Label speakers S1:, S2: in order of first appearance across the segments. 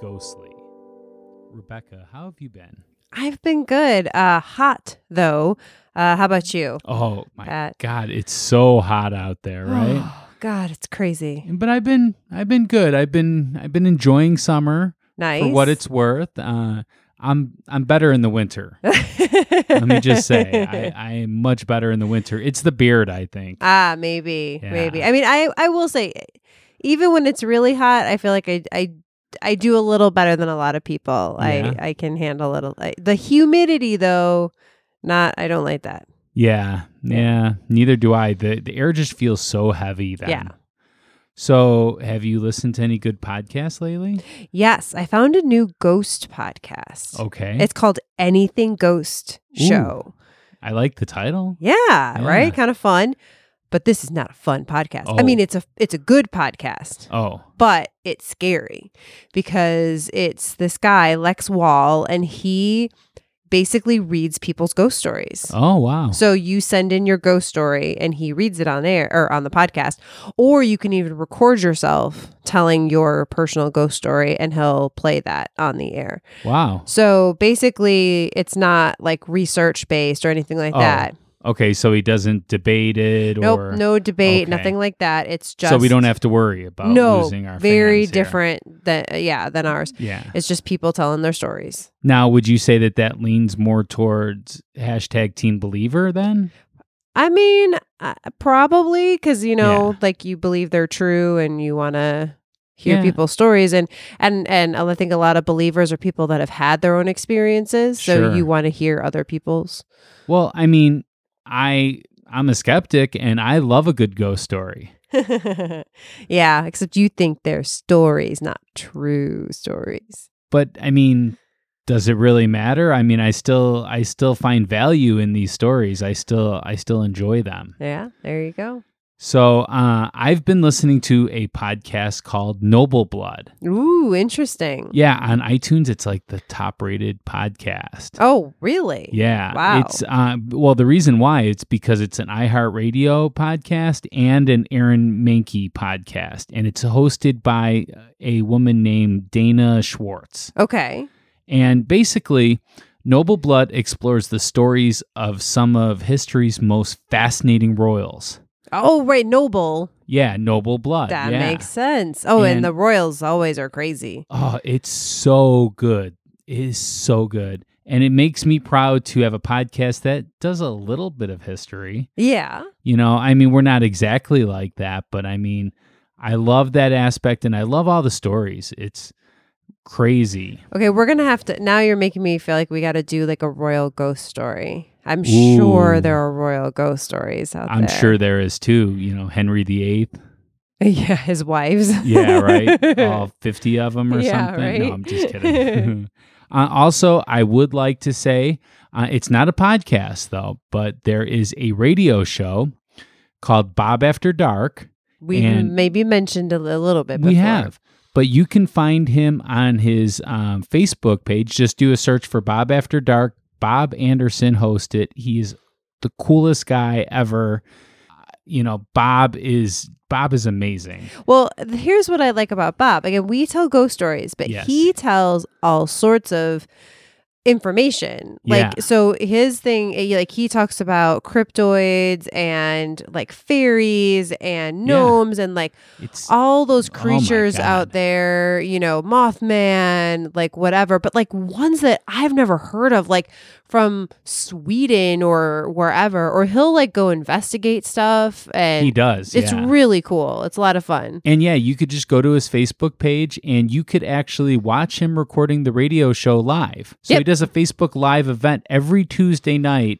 S1: ghostly. Rebecca, how have you been?
S2: I've been good. Uh, hot though. Uh, how about you?
S1: Oh my
S2: Pat.
S1: god, it's so hot out there, right?
S2: God, it's crazy.
S1: but I've been I've been good. I've been I've been enjoying summer
S2: Nice.
S1: for what it's worth. Uh, I'm I'm better in the winter. Let me just say, I, I am much better in the winter. It's the beard, I think.
S2: ah, maybe, maybe.
S1: Yeah.
S2: I mean, I I will say, even when it's really hot, I feel like I I. I do a little better than a lot of people.
S1: Yeah.
S2: I, I can handle it. a li- The humidity, though, not. I don't like that.
S1: Yeah, yeah. Neither do I. the The air just feels so heavy. Then.
S2: Yeah.
S1: So, have you listened to any good podcasts lately?
S2: Yes, I found a new ghost podcast.
S1: Okay,
S2: It's called Anything Ghost
S1: Ooh.
S2: Show.
S1: I like the title.
S2: Yeah,
S1: Yeah.
S2: right? Kind of fun. But this is not a fun podcast. I mean,
S1: Oh.
S2: it's a it's a good podcast,
S1: Oh,
S2: but it's scary because it's this guy Lex Wall and he basically reads people's ghost stories.
S1: oh wow.
S2: So you send in your ghost story and he reads it on air or on the podcast or you can even record yourself telling your personal ghost story and he'll play that on the air.
S1: wow.
S2: So basically it's not like research based or anything like
S1: Oh.
S2: that.
S1: Okay, so he doesn't debate it or
S2: Nope, no debate,
S1: Okay.
S2: nothing like that. It's just
S1: so we don't have to worry about
S2: no
S1: losing our
S2: very
S1: fans here.
S2: different than uh, yeah than ours.
S1: Yeah.
S2: It's just people telling their stories.
S1: Now, would you say that that leans more towards hashtag Team Believer then?
S2: I mean, uh, probably because you know,
S1: Yeah.
S2: like you believe they're true and you want to hear
S1: Yeah.
S2: people's stories and and and I think a lot of believers are people that have had their own experiences, so
S1: Sure.
S2: you want to hear other people's.
S1: Well, I mean, I I'm a skeptic and I love a good ghost story.
S2: yeah, except you think they're stories, not true stories.
S1: But I mean, does it really matter? I mean, I still I still find value in these stories. I still I still enjoy them.
S2: Yeah, there you go.
S1: So, uh, I've been listening to a podcast called Noble Blood.
S2: Ooh, interesting.
S1: Yeah, on iTunes, it's like the top rated podcast.
S2: Oh, really?
S1: Yeah.
S2: Wow.
S1: It's uh, well, the reason why it's because it's an iHeartRadio podcast and an Aaron Mankey podcast, and it's hosted by a woman named Dana Schwartz.
S2: Okay.
S1: And basically, Noble Blood explores the stories of some of history's most fascinating royals.
S2: Oh, right. Noble.
S1: Yeah, Noble Blood.
S2: that
S1: Uh, yeah.
S2: makes sense. Oh, and,
S1: And-
S2: the royals always are crazy.
S1: Oh, it's so good. It is so good. And it makes me proud to have a podcast that does a little bit of history.
S2: Yeah.
S1: You know, I mean, we're not exactly like that, but I mean, I love that aspect and I love all the stories. It's crazy.
S2: Okay, we're going to have to. Now you're making me feel like we got to do like a royal ghost story. I'm
S1: Ooh.
S2: sure there are royal ghost stories out
S1: I'm
S2: there.
S1: sure there is too. You know, Henry VIII.
S2: Yeah, his wives.
S1: Yeah, right. Oh, all 50 of them or
S2: Yeah,
S1: something. No,
S2: right.
S1: I'm just kidding. uh, also, I would like to say uh, it's not a podcast though, but there is a radio show called Bob After Dark.
S2: We've
S1: and-
S2: maybe mentioned a li- little bit before.
S1: We have. But you can find him on his um, Facebook page. Just do a search for Bob After Dark. Bob Anderson hosts it. He's the coolest guy ever. Uh, You know, Bob is Bob is amazing.
S2: Well, th- here's what I like about Bob. Again, we tell ghost stories, but
S1: Yes.
S2: he tells all sorts of information. Like
S1: Yeah.
S2: so his thing eh, like he talks about cryptoids and like fairies and gnomes and like
S1: It's
S2: all those
S1: Oh my
S2: creatures
S1: God.
S2: out there, you know, Mothman, like whatever, but like ones that I've never heard of, like from Sweden or wherever, or he'll like go investigate stuff and
S1: he does.
S2: it's
S1: yeah.
S2: really cool. It's a lot of fun.
S1: And yeah, you could just go to his Facebook page and you could actually watch him recording the radio show live. So he
S2: Yep.
S1: does a Facebook live event every Tuesday night.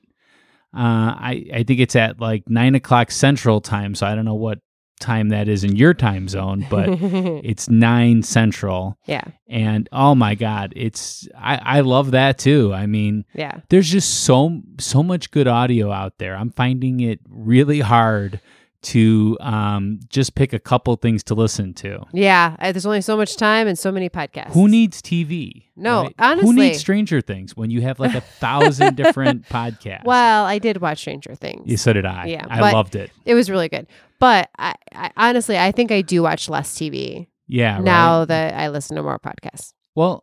S1: Uh, I, I think it's at like nine o'clock central time. So I don't know what time that is in your time zone, but it's nine central.
S2: yeah,
S1: And oh my God, it's, I, I love that too. I mean,
S2: yeah.
S1: there's just so so much good audio out there. I'm finding it really hard to um, just pick a couple things to listen to.
S2: Yeah, I, there's only so much time and so many podcasts.
S1: Who needs TV?
S2: No,
S1: Who
S2: honestly.
S1: needs Stranger Things when you have like a thousand different podcasts?
S2: Well, I did watch Stranger Things.
S1: yeah, so did I.
S2: Yeah,
S1: I
S2: but-
S1: loved it.
S2: It was really good. But I, I honestly, I think I do watch less TV
S1: Yeah, Ah, right?
S2: now that I listen to more podcasts.
S1: Well,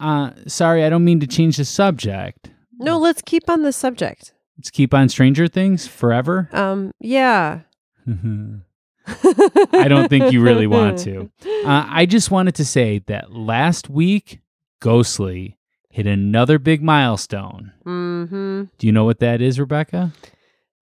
S1: uh, sorry, I don't mean to change the subject.
S2: No, let's keep on this subject.
S1: Let's keep on Stranger Things forever. Uh,
S2: Um, yeah.
S1: I
S2: I
S1: don't think you really want to. Uh, I just wanted to say that last week, Ghostly hit another big milestone.
S2: hmm
S1: Do you know what that is, Rebecca?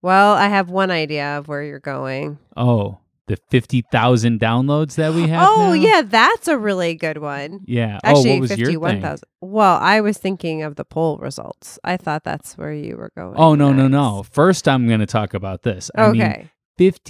S2: Well, I have one idea of where you're going.
S1: Oh, the 50,000 downloads that we have.
S2: oh,
S1: now?
S2: yeah, that's a really good one.
S1: Yeah. oh,
S2: Actually,
S1: what was your thing?
S2: 51,000. Well, I was thinking of the poll results. I thought that's where you were going.
S1: Oh, no, no,
S2: next.
S1: no. First, I'm going to talk about this. I mean,
S2: Okay.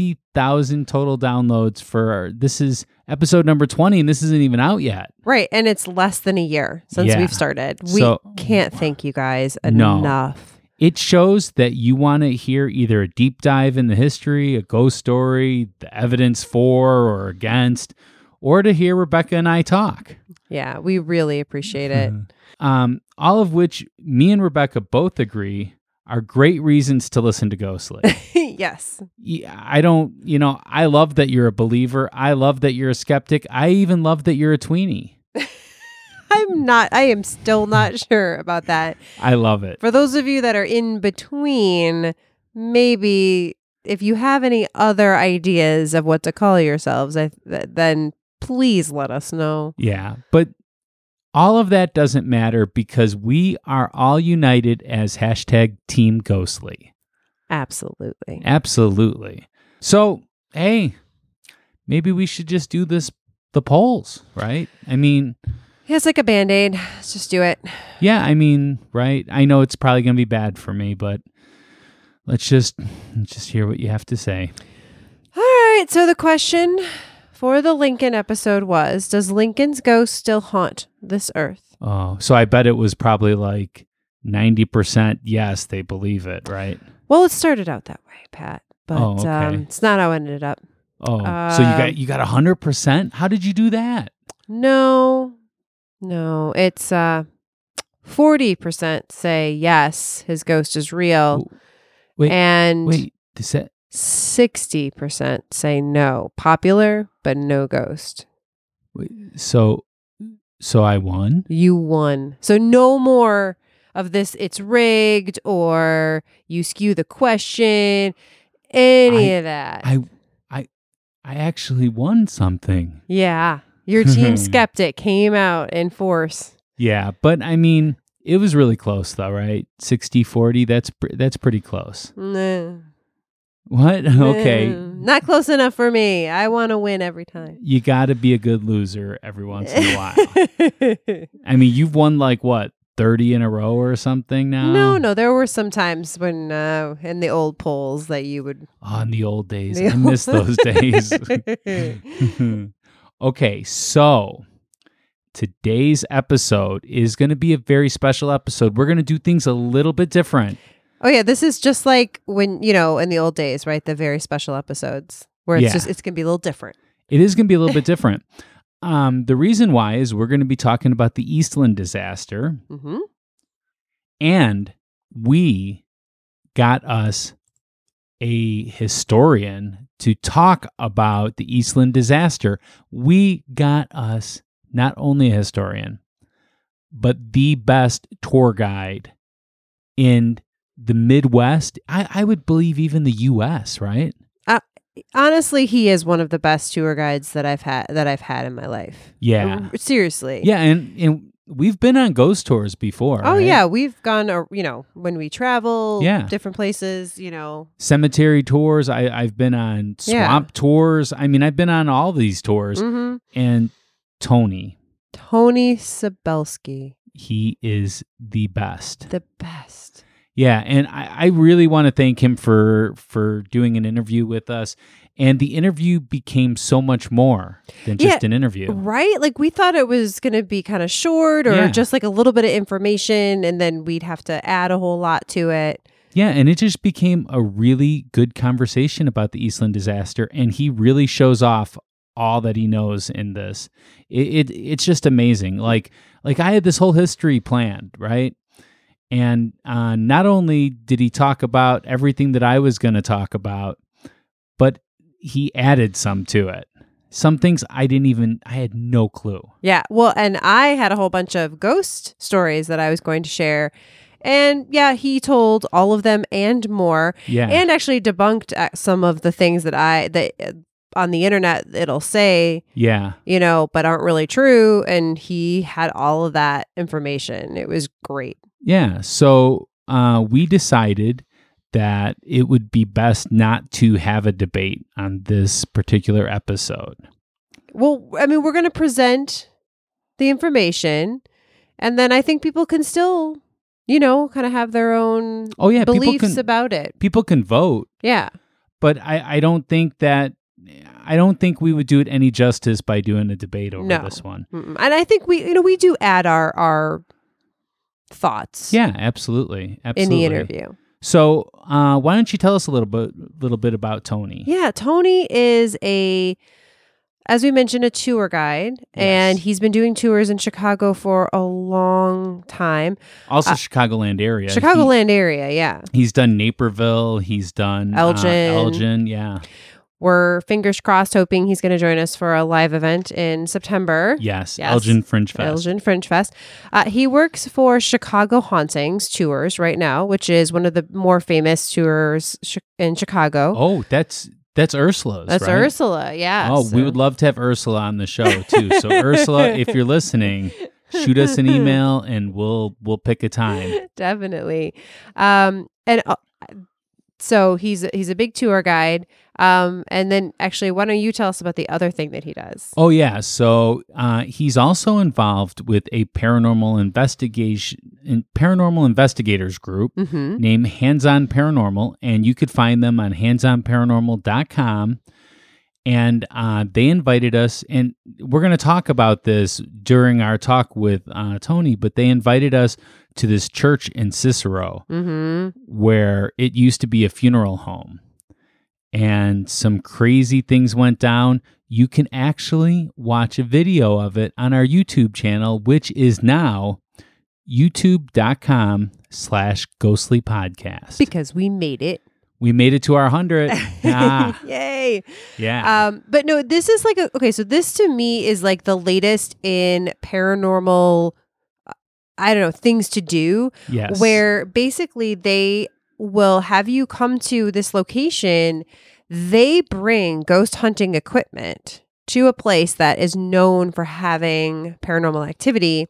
S1: 50,000 total downloads for this is episode number 20 and this isn't even out yet.
S2: right. And it's less than a year since
S1: Yeah.
S2: we've started. We
S1: So-
S2: can't thank you guys
S1: No.
S2: enough.
S1: It shows that you want to hear either a deep dive in the history, a ghost story, the evidence for or against, or to hear Rebecca and I talk.
S2: Yeah, we really appreciate it.
S1: Um, all of which me and Rebecca both agree are great reasons to listen to Ghostly.
S2: yes.
S1: Yeah, I don't, you know, I love that you're a believer. I love that you're a skeptic. I even love that you're a tweenie.
S2: I'm not, I am still not sure about that.
S1: I love it.
S2: For those of you that are in between, maybe if you have any other ideas of what to call yourselves, I, th- then please let us know.
S1: Yeah, but all of that doesn't matter because we are all united as hashtag Team Ghostly.
S2: Absolutely.
S1: Absolutely. So, hey, maybe we should just do this the polls, right? I mean,
S2: It's like a band aid. Let's just do it.
S1: yeah, I mean, right? I know it's probably going to be bad for me, but let's just let's just hear what you have to say.
S2: All right. So the question for the Lincoln episode was Does Lincoln's ghost still haunt this earth?
S1: Oh, so I bet it was probably like 90% yes, they believe it, right?
S2: Well, it started out that way, Pat, but
S1: Oh, okay.
S2: um, it's not how it ended up.
S1: Oh, so you
S2: Um,
S1: got you got 100%? How did you do that?
S2: No, no. It's uh, 40% say yes, his ghost is real.
S1: Wait,
S2: and
S1: Wait, is that
S2: 60% say no. Popular, but no ghost.
S1: so? So I won.
S2: You won. So no more of this, it's rigged or you skew the question, any of that.
S1: I, I, I actually won something.
S2: yeah. Your team skeptic came out in force.
S1: Yeah, but I mean, it was really close though, right? 60-40, That's pr- that's pretty close.
S2: Nah.
S1: What? okay,
S2: Mm, Not close enough for me. I want to win every time.
S1: you got to be a good loser every once in a while. I mean, you've won like what thirty in a row or something now.
S2: no, no. There were some times when uh, in the old polls that you would.
S1: Oh, in the old days,
S2: The
S1: I miss
S2: old-
S1: those days. okay, so today's episode is going to be a very special episode. We're going to do things a little bit different.
S2: oh yeah, this is just like when you know in the old days, right? The very special episodes where it's
S1: Yeah.
S2: just it's gonna be a little different.
S1: It is going to be a little bit different. Um, the reason why is we're going to be talking about the Eastland disaster,
S2: Mm-hmm.
S1: and we got us a historian to talk about the Eastland disaster. We got us not only a historian, but the best tour guide in the Midwest. I, I would believe even the US, right?
S2: Honestly, he is one of the best tour guides that I've had that I've had in my life.
S1: Yeah.
S2: Uh, seriously.
S1: Yeah. And, and we've been on ghost tours before.
S2: Oh
S1: right?
S2: yeah, we've gone. uh, You know, when we travel,
S1: Yeah.
S2: different places. You know,
S1: Cemetery tours. I, I've been on
S2: Yeah.
S1: swamp tours. I mean, I've been on all these tours.
S2: hmm
S1: and Tony,
S2: Tony Sabelski,
S1: he is the best.
S2: the best.
S1: Yeah, and I, I really want to thank him for for doing an interview with us. And the interview became so much more than just an interview.
S2: Right? Like we thought it was going to be kind of short or
S1: Yeah.
S2: just like a little bit of information and then we'd have to add a whole lot to it.
S1: Yeah, and it just became a really good conversation about the Eastland disaster. And he really shows off all that he knows in this. It, it it's just amazing. Like like I had this whole history planned, right? And uh, not only did he talk about everything that I was going to talk about, but he added some to it. Some things I didn't even I had no clue.
S2: Yeah. Well, and I had a whole bunch of ghost stories that I was going to share. And yeah, he told all of them and more
S1: Yeah.
S2: and actually debunked uh, some of the things that I that uh, on the internet it'll say,
S1: yeah.
S2: you know, but aren't really true and he had all of that information. It was great.
S1: Yeah. So uh, we decided that it would be best not to have a debate on this particular episode.
S2: Well, I mean, we're going to present the information and then I think people can still, you know, kind of have their own
S1: Oh yeah,
S2: beliefs
S1: people can
S2: about it.
S1: people can vote,
S2: Yeah.
S1: but I I don't think that I don't think we would do it any justice by doing a debate over
S2: No.
S1: this one.
S2: Mm-mm. And I think we, you know, we do add our our thoughts
S1: Yeah, absolutely,
S2: in
S1: absolutely.
S2: the interview.
S1: So uh, why don't you tell us a little bit little bit about Tony?
S2: Yeah, Tony is a as we mentioned a tour guide and
S1: Yes.
S2: he's been doing tours in Chicago for a long time.
S1: Also
S2: Uh,
S1: Chicagoland area. He-
S2: Chicagoland area, yeah.
S1: he's done Naperville. He's done uh,
S2: Elgin.
S1: Elgin. Yeah.
S2: We're fingers crossed hoping he's going to join us for a live event in September.
S1: Yes.
S2: Yes.
S1: Elgin Fringe Fest.
S2: Elgin Fringe Fest. Uh, he works for Chicago Hauntings Tours right now, which is one of the more famous tours chi- in Chicago.
S1: Oh, that's that's Ursula's.
S2: That's
S1: right?
S2: Ursula. Yeah.
S1: Oh, we would love to have Ursula on the show too. So Ursula, if you're listening, shoot us an email and we'll we'll pick a time.
S2: Definitely. Um, and uh, so he's he's a big tour guide. Um, and then actually, why don't you tell us about the other thing that he does?
S1: Oh yeah, so uh, he's also involved with a paranormal investigation in paranormal investigators group
S2: Mm-hmm.
S1: named Hands On Paranormal, and you could find them on handsonparanormal.com. And uh, they invited us, and we're going to talk about this during our talk with uh, Tony, but they invited us to this church in Cicero
S2: Mm-hmm.
S1: where it used to be a funeral home. And some crazy things went down. You can actually watch a video of it on our YouTube channel, which is now youtube.com slash ghostly podcast.
S2: Because we made it.
S1: we made it to our 100. ah,
S2: Yay.
S1: yeah.
S2: Um, but no, this is like a okay. So this to me is like the latest in paranormal. uh, I don't know things to do.
S1: yes.
S2: where basically they will have you come to this location. They bring ghost hunting equipment to a place that is known for having paranormal activity.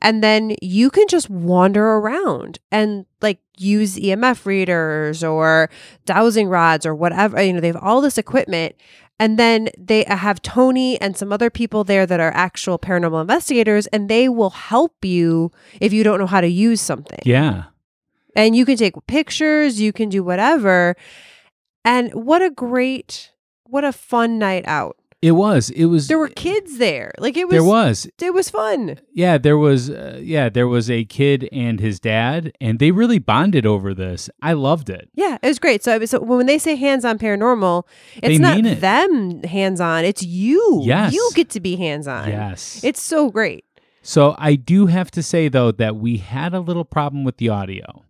S2: And then you can just wander around and like use EMF readers or dowsing rods or whatever. You know, they have all this equipment. And then they uh, have Tony and some other people there that are actual paranormal investigators, and they will help you if you don't know how to use something.
S1: Yeah.
S2: And you can take pictures, you can do whatever. And what a great, what a fun night out.
S1: It was. It was.
S2: There were kids there. Like it was,
S1: there was.
S2: it was fun.
S1: Yeah, there was. Uh, yeah, there was a kid and his dad, and they really bonded over this. I loved it.
S2: Yeah, it was great. So, I was- so when they say hands on paranormal, it's
S1: They
S2: not
S1: mean it.
S2: them hands on, it's you.
S1: Yes.
S2: You get to be hands on.
S1: Yes.
S2: It's so great.
S1: So I do have to say though that we had a little problem with the audio.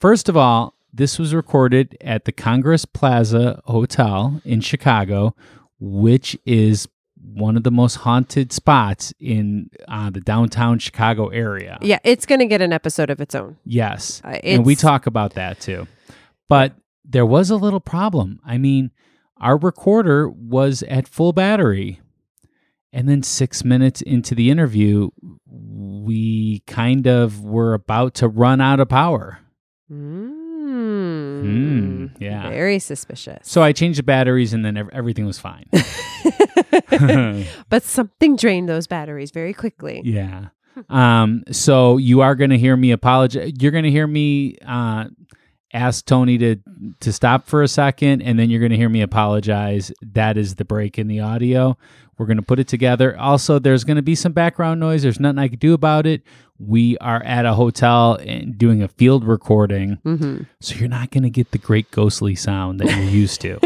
S1: First of all, this was recorded at the Congress Plaza Hotel in Chicago, which is one of the most haunted spots in uh, the downtown Chicago area.
S2: Yeah, it's going to get an episode of its own.
S1: Yes.
S2: Uh,
S1: and we
S2: it's-
S1: talk about that too. But there was a little problem. I mean, our recorder was at full battery. And then 6 minutes into the interview, we kind of were about to run out of power.
S2: Mm.
S1: Mm, yeah.
S2: Hmm. Very suspicious.
S1: So I changed the batteries and then ev- everything was fine.
S2: but something drained those batteries very quickly.
S1: yeah. Um so you are going to hear me apologize. You're going to hear me uh ask Tony to to stop for a second and then you're going to hear me apologize. That is the break in the audio. We're going to put it together. Also, there's going to be some background noise. There's nothing I can do about it. We are at a hotel and doing a field recording,
S2: Mm-hmm.
S1: so you're not going to get the great ghostly sound that you're used to.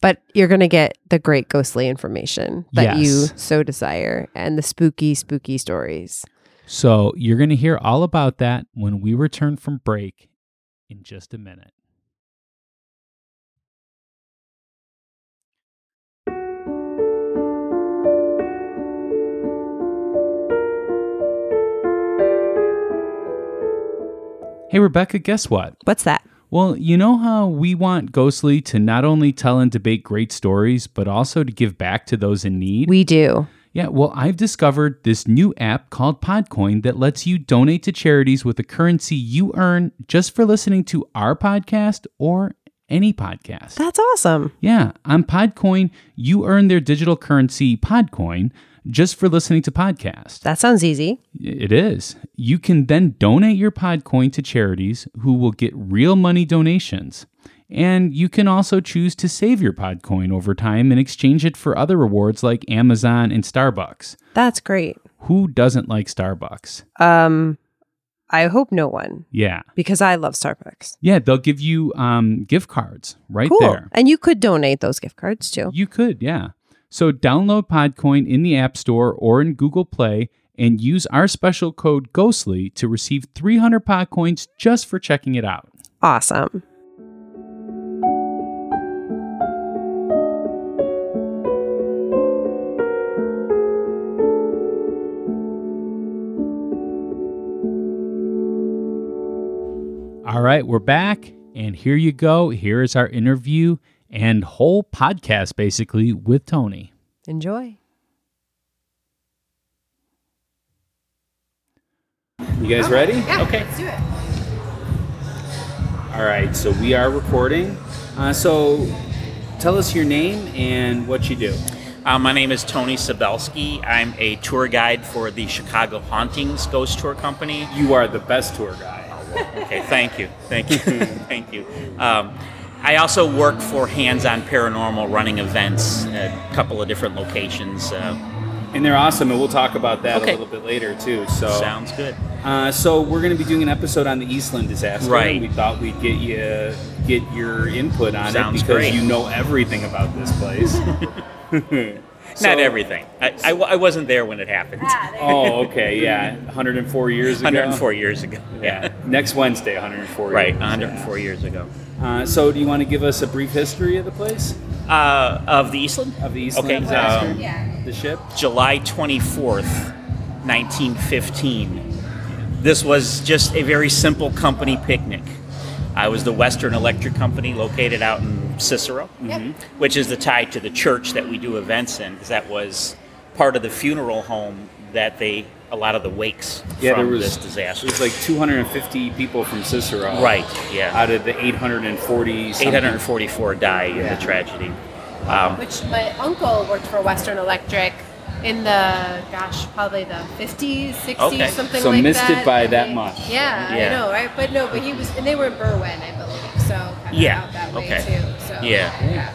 S2: But you're going to get the great ghostly information that
S1: Yes.
S2: you so desire and the spooky, spooky stories.
S1: So you're going to hear all about that when we return from break in just a minute. Hey, Rebecca, guess what?
S2: What's that?
S1: Well, you know how we want Ghostly to not only tell and debate great stories, but also to give back to those in need?
S2: We do.
S1: Yeah, well, I've discovered this new app called Podcoin that lets you donate to charities with the currency you earn just for listening to our podcast or any podcast.
S2: That's awesome.
S1: yeah, on Podcoin, you earn their digital currency, Podcoin, just for listening to podcasts.
S2: That sounds easy.
S1: It is. You can then donate your Podcoin to charities who will get real money donations. And you can also choose to save your Podcoin over time and exchange it for other rewards like Amazon and Starbucks.
S2: That's great.
S1: Who doesn't like Starbucks?
S2: Um, I hope no one
S1: Yeah.
S2: because I love Starbucks.
S1: Yeah, they'll give you um, gift cards right
S2: Cool.
S1: there.
S2: And you could donate those gift cards too.
S1: You could, yeah. So download Podcoin in the App Store or in Google Play and use our special code Ghostly to receive 300 Podcoins just for checking it out.
S2: Awesome.
S1: All right, we're back. And here you go. Here is our interview and whole podcast basically with Tony.
S2: Enjoy.
S1: You guys ready? okay. Let's do it. All right, so we are recording. Uh, so tell us your name and what you do.
S3: Uh, my name is Tony Sabelski. I'm a tour guide for the Chicago Hauntings Ghost Tour Company.
S1: You are the best tour guy.
S3: Okay, thank you, thank you, thank you. Um, I also work for Hands on Paranormal running events at a couple of different locations. Uh,
S1: And they're awesome, and we'll talk about that
S3: Okay.
S1: a little bit later, too. So,
S3: sounds good.
S1: uh, so we're going to be doing an episode on the Eastland disaster.
S3: Right.
S1: And we thought we'd get you get your input on
S3: Sounds
S1: it because
S3: great.
S1: you know everything about this place. So-
S3: Not everything. I, I, wa- I wasn't there when it happened.
S1: Oh, okay, yeah. 104 years ago.
S3: 104 years ago.
S1: Yeah.
S3: Yeah.
S1: Next Wednesday, 104
S3: Right,
S1: years.
S3: 104 years ago.
S1: Uh, so, do you want to give us a brief history of the place?
S3: Uh, of the Eastland?
S1: Of the Eastland
S3: Okay,
S1: disaster?
S3: um,
S1: The ship?
S3: July 24th, 1915. This was just a very simple company picnic. I was the Western Electric Company located out in Cicero, mm-hmm, which is the tie to the church that we do events in, because that was part of the funeral home that they, a lot of the wakes
S4: Yeah,
S3: from
S4: there was
S3: this disaster.
S4: It was like 250 people from Cicero,
S3: right, yeah.
S4: Out of the 840, something.
S3: 844 died in
S4: Yeah.
S3: the tragedy. Um,
S5: which my uncle worked for Western Electric in the gosh, probably the 50s, 60s,
S3: Okay.
S5: something
S4: So
S5: like
S4: missed
S5: that.
S4: it by that
S5: They-
S4: much.
S3: Yeah.
S5: Yeah, I know, right? But no, but he was, and they were in Berwyn, I believe, so kind of
S3: Yeah,
S5: out that way
S3: okay.
S5: too. So
S3: Yeah.
S5: yeah.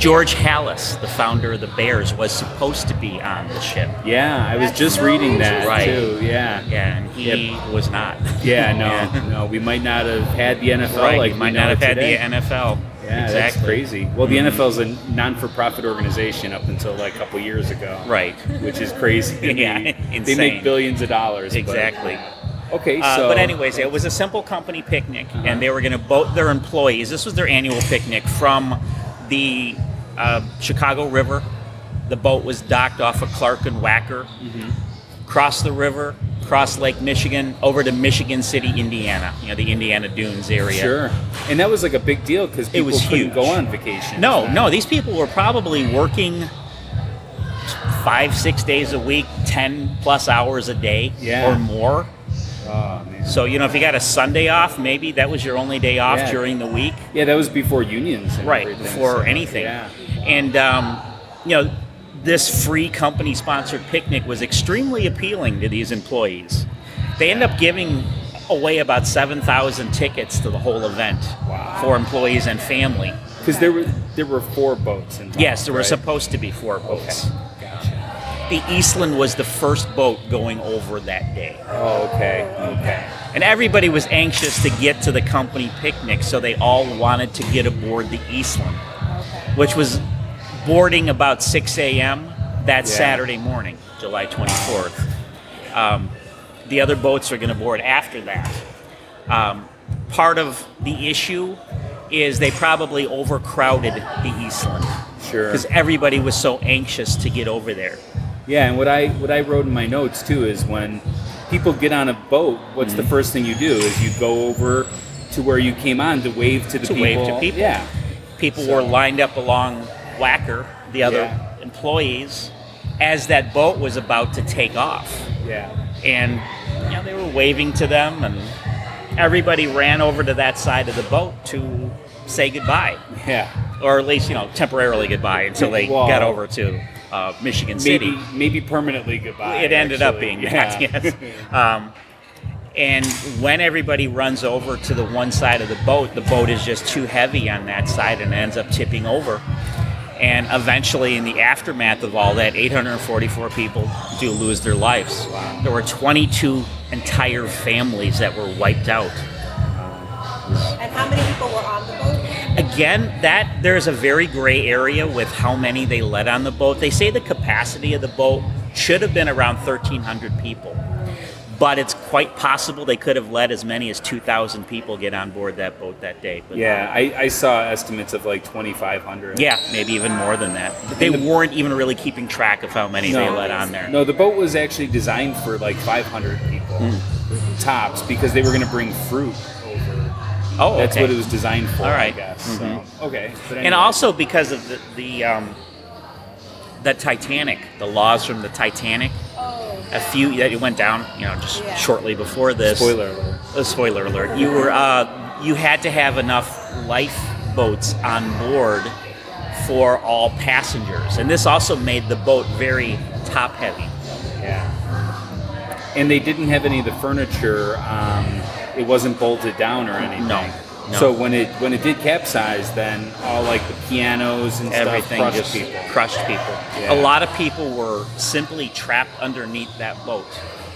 S3: George Hallis, the founder of the Bears, was supposed to be on the ship.
S4: Yeah, I was
S5: That's
S4: just
S5: so
S4: reading that
S3: Right.
S4: too. Yeah,
S3: Yeah, and he was not.
S4: yeah, no, no, we might not have had the NFL.
S3: right,
S4: like
S3: you
S4: we
S3: might
S4: know
S3: not have
S4: it
S3: had
S4: today.
S3: the NFL.
S4: Yeah,
S3: exactly. Mm-hmm.
S4: that's crazy. Well, the NFL is a non-for-profit organization up until like a couple years ago,
S3: Right.
S4: Which is crazy. to me.
S3: Yeah,
S4: they
S3: insane.
S4: make billions of dollars. but-
S3: Exactly.
S4: okay,
S3: Uh,
S4: so Uh-huh.
S3: but anyways, it was a simple company picnic, and they were going to boat their employees. This was their annual picnic from the uh, Chicago River. The boat was docked off of Clark and Wacker,
S4: Mm-hmm.
S3: crossed the river, crossed Lake Michigan, over to Michigan City, Indiana. You know the Indiana Dunes area.
S4: sure, and that was like a big deal because people
S3: was
S4: couldn't
S3: huge.
S4: go on vacation.
S3: No, no, these people were probably working five, six days a week, 10 plus hours a day
S4: Yeah.
S3: or more.
S4: Oh, man.
S3: So, you know, if you got a Sunday off, maybe that was your only day off
S4: Yeah.
S3: during the week.
S4: Yeah, that was before unions. And
S3: Right,
S4: everything,
S3: before
S4: so,
S3: anything.
S4: Yeah.
S3: And, um, you know, this free company sponsored picnic was extremely appealing to these employees. They end up giving away about 7,000 tickets to the whole event
S4: Wow.
S3: for employees and family.
S4: Because there were there were four boats in. Town,
S3: Yes, there were
S4: right?
S3: supposed to be four boats.
S4: Gotcha.
S3: The Eastland was the first boat going over that day.
S4: Oh, okay. Okay.
S3: And everybody was anxious to get to the company picnic, so they all wanted to get aboard the Eastland, which was boarding about 6 a.m. that
S4: Yeah.
S3: Saturday morning, July 24th. Um, the other boats are going to board after that. Um, part of the issue is they probably overcrowded the Eastland
S4: Sure.
S3: because everybody was so anxious to get over there.
S4: Yeah, and what I what I wrote in my notes too is when
S1: people get on a boat, what's
S3: Mm-hmm.
S1: the first thing you do? Is you go over to where you came on to wave to the
S3: To
S1: people.
S3: wave to people.
S1: Yeah.
S3: People
S1: So-
S3: were lined up along Whacker, the other
S1: Yeah.
S3: employees, as that boat was about to take off.
S1: Yeah.
S3: and you know, they were waving to them, and everybody ran over to that side of the boat to say goodbye,
S1: Yeah.
S3: or at least you know temporarily goodbye until they
S1: Well,
S3: got over to uh, Michigan City.
S1: Maybe maybe permanently goodbye.
S3: it ended up
S1: actually.
S3: being that, yes. Um, and when everybody runs over to the one side of the boat, the boat is just too heavy on that side and ends up tipping over. And eventually, in the aftermath of all that, 844 people do lose their lives. There were 22 entire families that were wiped out.
S5: And how many people were on the boat?
S3: Again, that there's a very gray area with how many they let on the boat. They say the capacity of the boat should have been around 1,300 people, but it's quite possible they could have let as many as 2,000 people get on board that boat that day. But
S1: Yeah, I, I saw estimates of like 2,500.
S3: Yeah, maybe even more than that. They weren't even really keeping track of how many they let on there.
S1: No, the boat was actually designed for like 500 people
S3: Hmm.
S1: tops because they were going to bring fruit over.
S3: oh,
S1: That's
S3: okay.
S1: what it was designed for,
S3: All
S1: I
S3: right. Mm-hmm.
S1: guess. So, okay. But
S3: And
S1: anyway.
S3: also because of the the, um, the Titanic, the laws from the Titanic.
S5: Oh,
S3: A few that it went down, you know, just shortly before this.
S1: Spoiler alert.
S3: a spoiler alert you were uh, you had to have enough lifeboats on board for all passengers and this also made the boat very top heavy
S1: Yeah. And they didn't have any of the furniture. Um, it wasn't bolted down or anything.
S3: No, no.
S1: So when it when it did capsize, then all like the pianos and
S3: everything
S1: stuff crushed
S3: just
S1: people.
S3: crushed people
S1: Yeah.
S3: a lot of people were simply trapped underneath that boat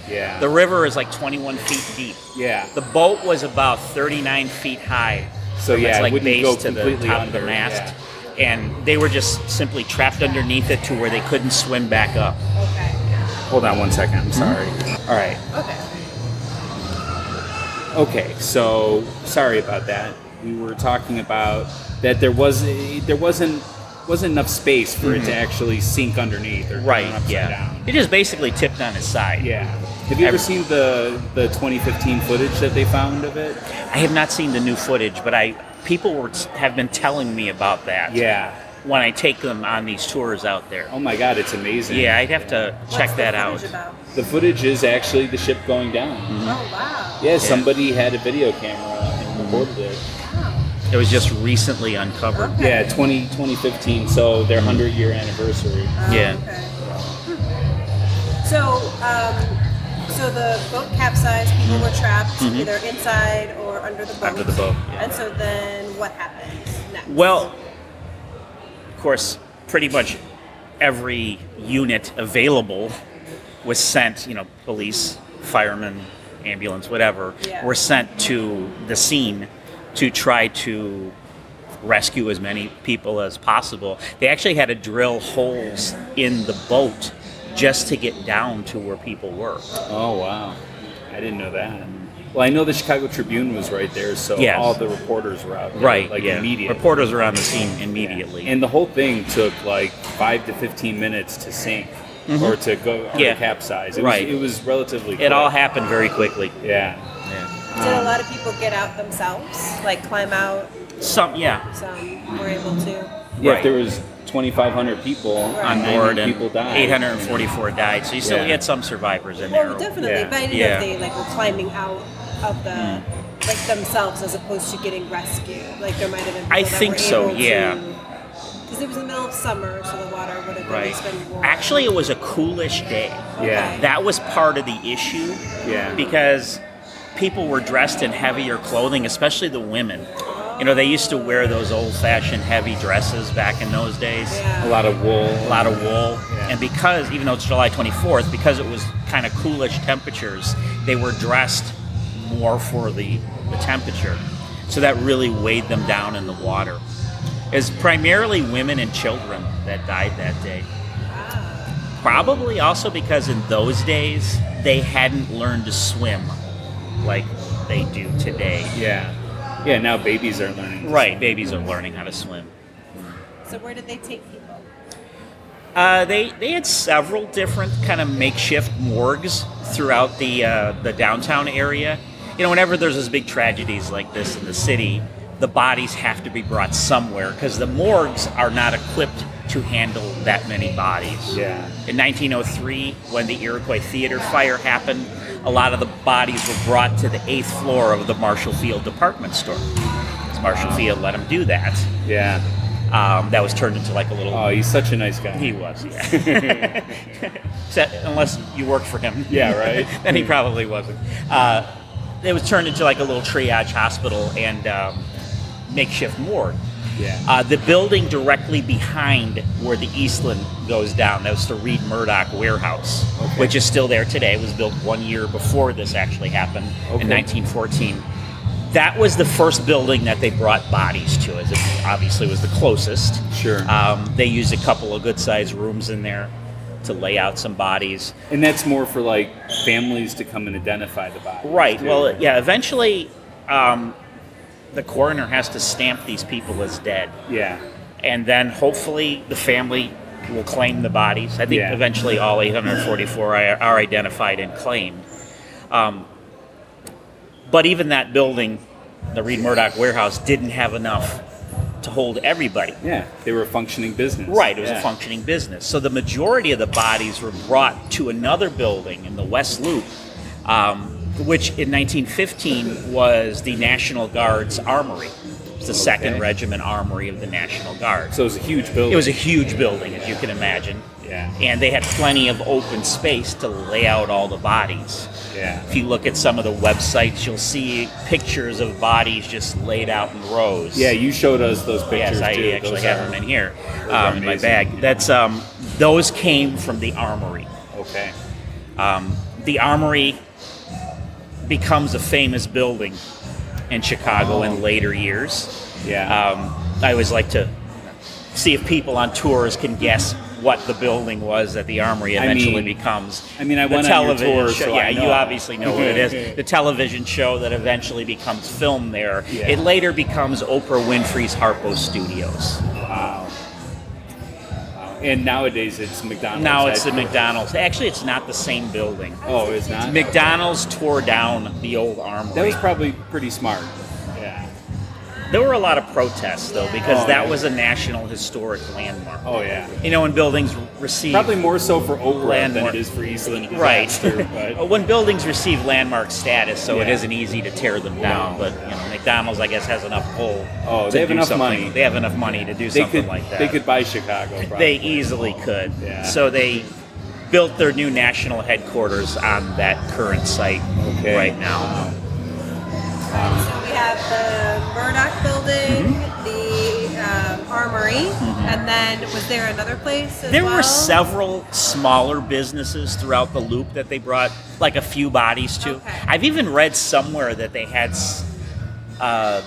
S1: Yeah.
S3: the river is like 21 feet deep
S1: yeah.
S3: the boat was about 39 feet high
S1: So,
S3: from
S1: yeah,
S3: its,
S1: it
S3: like
S1: wouldn't
S3: base
S1: go
S3: to the
S1: completely
S3: top of the
S1: under,
S3: mast and they were just simply trapped underneath it to where they couldn't swim back up
S6: Okay.
S1: Hold on one second.
S3: Mm-hmm.
S1: I'm sorry. All right.
S6: Okay.
S1: Okay. So sorry about that. We were talking about that there was there wasn't wasn't enough space for it to actually sink underneath or turn
S3: Mm-hmm. Right.
S1: upside
S3: Yeah.
S1: down.
S3: It just basically tipped on its side.
S1: Yeah. Have you ever
S3: Every-
S1: seen the the 2015 footage that they found of it?
S3: I have not seen the new footage, but I people were, have been telling me about that.
S1: Yeah.
S3: When I take them on these tours out there.
S1: Oh my God, it's amazing.
S3: yeah, I'd have to check
S5: What's the
S3: that out.
S5: footage about?
S1: The footage is actually the ship going down.
S3: Mm-hmm.
S5: Oh wow.
S1: Yeah, somebody had a video camera and recorded it.
S3: It was just recently uncovered.
S1: Yeah, 20, 2015, so their 100 year anniversary.
S5: Oh,
S3: Yeah.
S5: okay. So, um, so the boat capsized. People were trapped either inside or under the boat.
S3: Mm-hmm. Under the boat, yeah.
S5: And so then, what happened next?
S3: Well, of course, pretty much every unit available was sent, you know, police, firemen, ambulance, whatever,
S5: Yeah.
S3: were sent to the scene to try to rescue as many people as possible. They actually had to drill holes in the boat just to get down to where people were.
S1: Oh, wow. I didn't know that. Well, I know the Chicago Tribune was right there, so
S3: Yes.
S1: all the reporters were out there,
S3: Right,
S1: like
S3: yeah.
S1: immediately.
S3: Reporters were on the scene immediately.
S1: And the whole thing took like five to 15 minutes to sink or to go or
S3: Mm-hmm. Yeah.
S1: to capsize. It
S3: Right.
S1: Was, it was relatively
S3: it all
S1: quick.
S3: happened very quickly.
S1: Yeah.
S5: did a lot of people get out themselves? Like climb out?
S3: Some, yeah,
S5: Some were able to.
S1: Yeah,
S3: Right.
S1: If there was 2,500 people
S3: on
S1: 90
S3: board and
S1: people died.
S3: 844 died. So you still
S1: Yeah.
S3: had some survivors in there.
S5: Well, definitely,
S1: Yeah.
S5: but I didn't
S3: Yeah.
S5: know if they like were climbing out of the like themselves as opposed to getting rescued. Like there might have been. People
S3: I
S5: that
S3: think
S5: were
S3: so,
S5: able
S3: yeah.
S5: Because it was in the middle of summer, so the water would have been
S3: Right.
S5: it's been warm.
S3: Actually, it was a coolish day.
S1: Yeah.
S3: That was part of the issue
S1: Yeah.
S3: because people were dressed in heavier clothing, especially the women. You know, they used to wear those old fashioned heavy dresses back in those days.
S5: Yeah.
S1: a lot of wool.
S3: A lot of wool.
S1: Yeah.
S3: And because, even though it's July 24th, because it was kind of coolish temperatures, they were dressed more for the, the temperature. So that really weighed them down in the water. It's primarily women and children that died that day. Probably also because in those days, they hadn't learned to swim like they do today.
S1: Yeah. Yeah, now babies are learning.
S3: Right, babies are learning how to swim.
S5: So where did they take people?
S3: Uh, they they had several different kind of makeshift morgues throughout the uh, the downtown area. You know, whenever there's those big tragedies like this in the city, the bodies have to be brought somewhere because the morgues are not equipped to handle that many bodies.
S1: Yeah.
S3: In 1903, when the Iroquois Theater fire happened, a lot of the bodies were brought to the eighth floor of the Marshall Field department store. 'Cause Marshall Field let them do that.
S1: Yeah.
S3: Um, that was turned into like a little
S1: Oh, he's such a nice guy.
S3: he was, yeah. Except, unless you worked for him.
S1: Yeah, right.
S3: then he probably wasn't. Uh, it was turned into like a little triage hospital and um, makeshift morgue.
S1: Yeah.
S3: Uh, the building directly behind where the Eastland goes down, that was the Reed Murdoch warehouse,
S1: Okay.
S3: which is still there today. It was built one year before this actually happened
S1: Okay.
S3: in 1914. That was the first building that they brought bodies to, as it obviously was the closest.
S1: Sure.
S3: Um, they used a couple of good sized rooms in there to lay out some bodies.
S1: and that's more for like families to come and identify the body.
S3: Right. Well, yeah, eventually um, the coroner has to stamp these people as dead.
S1: Yeah.
S3: And then hopefully the family will claim the bodies. I think
S1: Yeah.
S3: eventually all 844 are, are identified and claimed. Um, but even that building, the Reed Murdoch warehouse, didn't have enough to hold everybody.
S1: Yeah. They were a functioning business.
S3: Right, it was
S1: Yeah.
S3: a functioning business. So the majority of the bodies were brought to another building in the West Loop, um, which in 1915 was the National Guard's armory. It's the Second
S1: Okay.
S3: Regiment Armory of the National Guard.
S1: So it was a huge building.
S3: it was a huge building, as you can imagine.
S1: Yeah.
S3: And they had plenty of open space to lay out all the bodies.
S1: Yeah.
S3: If you look at some of the websites, you'll see pictures of bodies just laid out in rows.
S1: Yeah. You showed us those
S3: Yes,
S1: pictures
S3: I
S1: too.
S3: actually
S1: Those
S3: have
S1: are-
S3: them in here,
S1: those are
S3: um, in my
S1: amazing.
S3: bag. That's um, those came from the armory.
S1: Okay.
S3: Um, the armory becomes a famous building in Chicago
S1: Oh.
S3: in later years.
S1: Yeah.
S3: Um, I always like to see if people on tours can guess what the building was that the armory
S1: I
S3: eventually
S1: mean-
S3: becomes.
S1: I mean, I
S3: the
S1: went on your
S3: television
S1: tour,
S3: show.
S1: so
S3: yeah,
S1: I
S3: you
S1: know.
S3: obviously know what it is. the television show that eventually becomes film there.
S1: Yeah.
S3: It later becomes Oprah Winfrey's Harpo Studios.
S1: wow. Wow. And nowadays it's McDonald's.
S3: Now it's the
S1: I-
S3: McDonald's. Actually, it's not the same building.
S1: Oh, it's not.
S3: McDonald's tore down the old armory.
S1: That was probably pretty smart. Yeah.
S3: there were a lot of protests though because
S1: Oh,
S3: that
S1: yeah.
S3: was a national historic landmark.
S1: Oh yeah.
S3: You know, when buildings receive
S1: Probably more so for Oakland than
S3: Landmark.
S1: it is for Eastland.
S3: right.
S1: Disaster, but-
S3: when buildings receive landmark status, so it
S1: Yeah.
S3: isn't easy to tear them down. But you know, McDonald's, I guess, has enough pull.
S1: Oh,
S3: to
S1: they have
S3: do
S1: enough
S3: something.
S1: money.
S3: They have enough money to do
S1: they
S3: something
S1: could
S3: like that.
S1: they could buy Chicago. Probably.
S3: They easily could.
S1: Yeah.
S3: So they built their new national headquarters on that current site
S1: Okay.
S3: right now.
S5: So we have the Murdoch building, the um, armory, and then was there another place? As
S3: There
S5: well?
S3: were several smaller businesses throughout the loop that they brought like a few bodies to.
S5: Okay.
S3: I've even read somewhere that they had s- uh,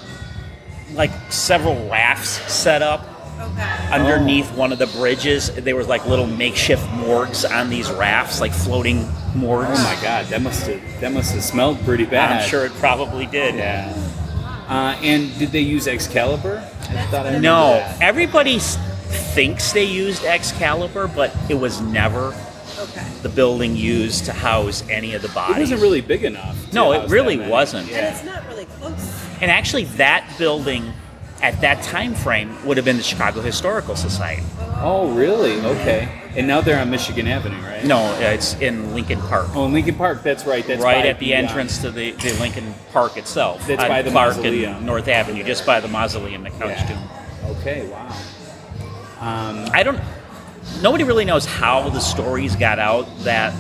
S3: like several rafts set up
S5: Okay.
S3: underneath
S1: Oh.
S3: one of the bridges. There was like little makeshift morgues on these rafts, like floating morgues.
S1: Oh my God, that must have that must have smelled pretty bad.
S3: I'm sure it probably did.
S1: Yeah. Uh, and did they use Excalibur? I thought I
S3: No,
S1: remembered that.
S3: everybody s- thinks they used Excalibur, but it was never
S5: Okay.
S3: the building used to house any of the
S1: It
S3: bodies.
S1: wasn't really big enough. to
S3: No, it
S1: house
S3: really
S1: that many.
S3: wasn't.
S5: And
S1: Yeah.
S5: it's not really close.
S3: and actually, that building at that time frame would have been the Chicago Historical Society.
S1: Oh, really? Okay. And now they're on Michigan Avenue, right?
S3: No, uh, it's in Lincoln Park,
S1: Oh, in Lincoln Park. That's right. That's
S3: right
S1: by uh,
S3: at the entrance to the, the Lincoln Park itself.
S1: That's
S3: on
S1: by the
S3: Clark
S1: mausoleum.
S3: and North Avenue, just by the mausoleum, the
S1: uh,
S3: Couch Tomb.
S1: yeah. Okay. Wow. Um,
S3: I don't. Nobody really knows how the stories got out that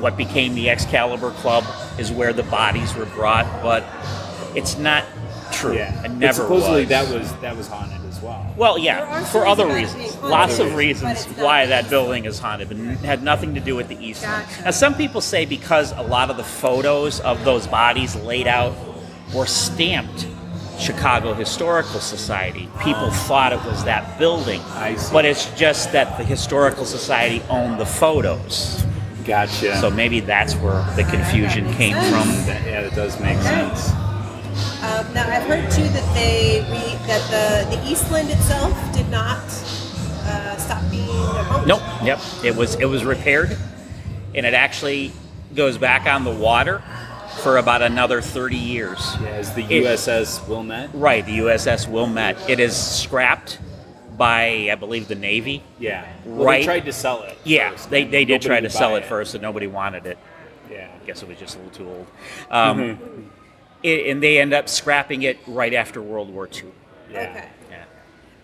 S3: what became the Excalibur Club is where the bodies were brought, but it's not true.
S1: yeah.
S3: It
S1: But
S3: never
S1: supposedly
S3: was.
S1: that was that was haunted as well.
S3: Well,
S5: There
S3: yeah,
S5: are
S3: for
S5: stories
S3: other
S5: about it
S3: reasons.
S5: being
S3: Lots
S1: haunted,
S3: of reasons
S5: but it's not
S3: why that
S5: haunted.
S3: building is haunted, but it had nothing to do with the East. End.
S5: Gotcha.
S3: Now, some people say because a lot of the photos of those bodies laid out were stamped Chicago Historical Society, people
S5: Ah.
S3: thought it was that building.
S1: I see.
S3: But it's just that the Historical Society owned the photos.
S1: Gotcha.
S3: So maybe that's where
S5: Ah,
S3: the confusion came from.
S1: That- yeah, that does make sense.
S5: Um, now I've heard too that they re- that the the Eastland itself did not uh, stop being demolished?
S3: Nope. Yep. It was it was repaired, and it actually goes back on the water for about another 30 years.
S1: As the
S3: It-
S1: USS Wilmette.
S3: Right. The USS Wilmette. It is scrapped by I believe the Navy.
S1: Yeah. Well,
S3: Right.
S1: They tried to sell it.
S3: Yeah,
S1: first,
S3: they,
S1: and
S3: they did
S1: nobody
S3: try
S1: would
S3: to sell
S1: buy
S3: it first, and nobody wanted it.
S1: Yeah.
S3: I guess it was just a little too old. Um,
S1: Mm-hmm.
S3: it, and they end up scrapping it right after World War II.
S1: Yeah.
S5: Okay.
S3: Yeah.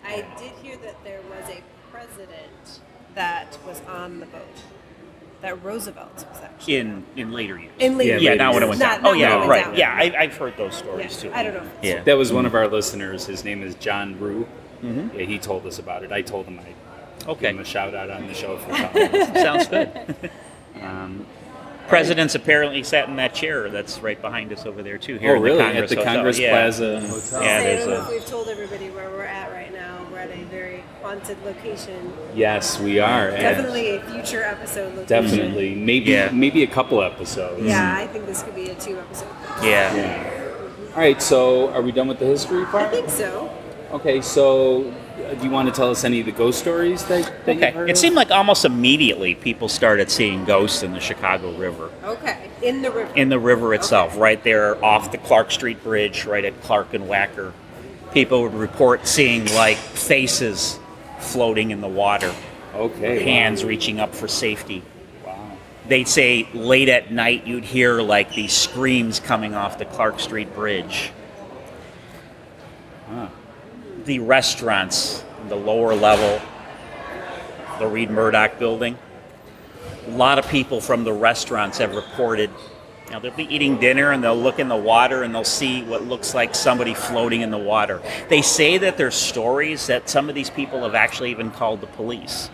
S5: I did hear that there was a president that was on the boat. That Roosevelt was actually.
S3: In in later years.
S5: In later
S3: yeah,
S1: years.
S3: not when it went
S5: Not-
S3: down.
S5: not
S3: oh yeah,
S5: when it went
S3: right.
S5: down.
S3: Yeah, I, I've heard those stories
S5: Yeah,
S3: too.
S5: I don't know.
S3: Yeah.
S1: That was one of our listeners. His name is John Rue. Yeah, he told us about it. I told him I'd give him
S3: Mm-hmm. okay.
S1: a shout out on the show for telling us.
S3: Sounds good.
S1: Um,
S3: Presidents apparently sat in that chair that's right behind us over there too. Here
S1: oh,
S3: in
S1: really?
S3: the Congress
S1: At the
S3: Hotel.
S1: Congress
S3: yeah.
S1: Plaza Hotel.
S3: Yeah,
S5: Say, I
S3: there's
S5: don't know
S3: a-
S5: if we've told everybody where we're at right now. We're at a very haunted location.
S1: Yes, we are. and
S5: Definitely a future episode location.
S1: Definitely. Maybe
S3: Yeah.
S1: maybe a couple episodes.
S5: Yeah, I think this could be a two episode.
S3: Yeah.
S1: Yeah. All right, so are we done with the history
S5: I
S1: part?
S5: think so.
S1: Okay, so uh, do you want to tell us any of the ghost stories that, that you've heard
S3: Okay. It
S1: of?
S3: seemed like almost immediately people started seeing ghosts in the Chicago River.
S5: Okay. In the river.
S3: in the river itself, right there off the Clark Street Bridge, right at Clark and Wacker. People would report seeing like faces floating in the water,
S1: okay,
S3: hands reaching up for safety.
S1: Wow.
S3: They'd say late at night you'd hear like these screams coming off the Clark Street Bridge.
S1: Huh.
S3: The restaurants, the lower level, the Reed Murdoch building. A lot of people from the restaurants have reported. You know, they'll be eating dinner and they'll look in the water and they'll see what looks like somebody floating in the water. They say that there's stories that some of these people have actually even called the police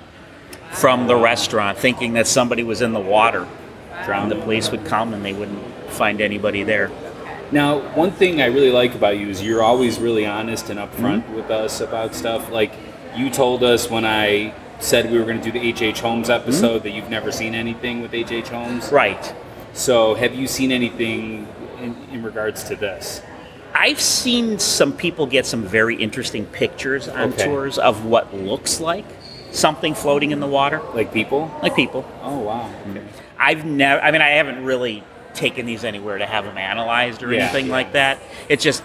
S3: from the restaurant, thinking that somebody was in the water. Drowned. The police would come and they wouldn't find anybody there.
S1: Now, one thing I really like about you is you're always really honest and upfront with us about stuff. Like you told us when I said we were going to do the H.H. Holmes episode that you've never seen anything with H.H. Holmes.
S3: Right.
S1: So, have you seen anything in, in regards to this?
S3: I've seen some people get some very interesting pictures on
S1: Okay.
S3: tours of what looks like something floating in the water,
S1: Like people?
S3: like people.
S1: Oh wow. Okay.
S3: I've never. I mean, I haven't really taken these anywhere to have them analyzed or
S1: Yeah,
S3: anything
S1: yeah.
S3: like that. It's just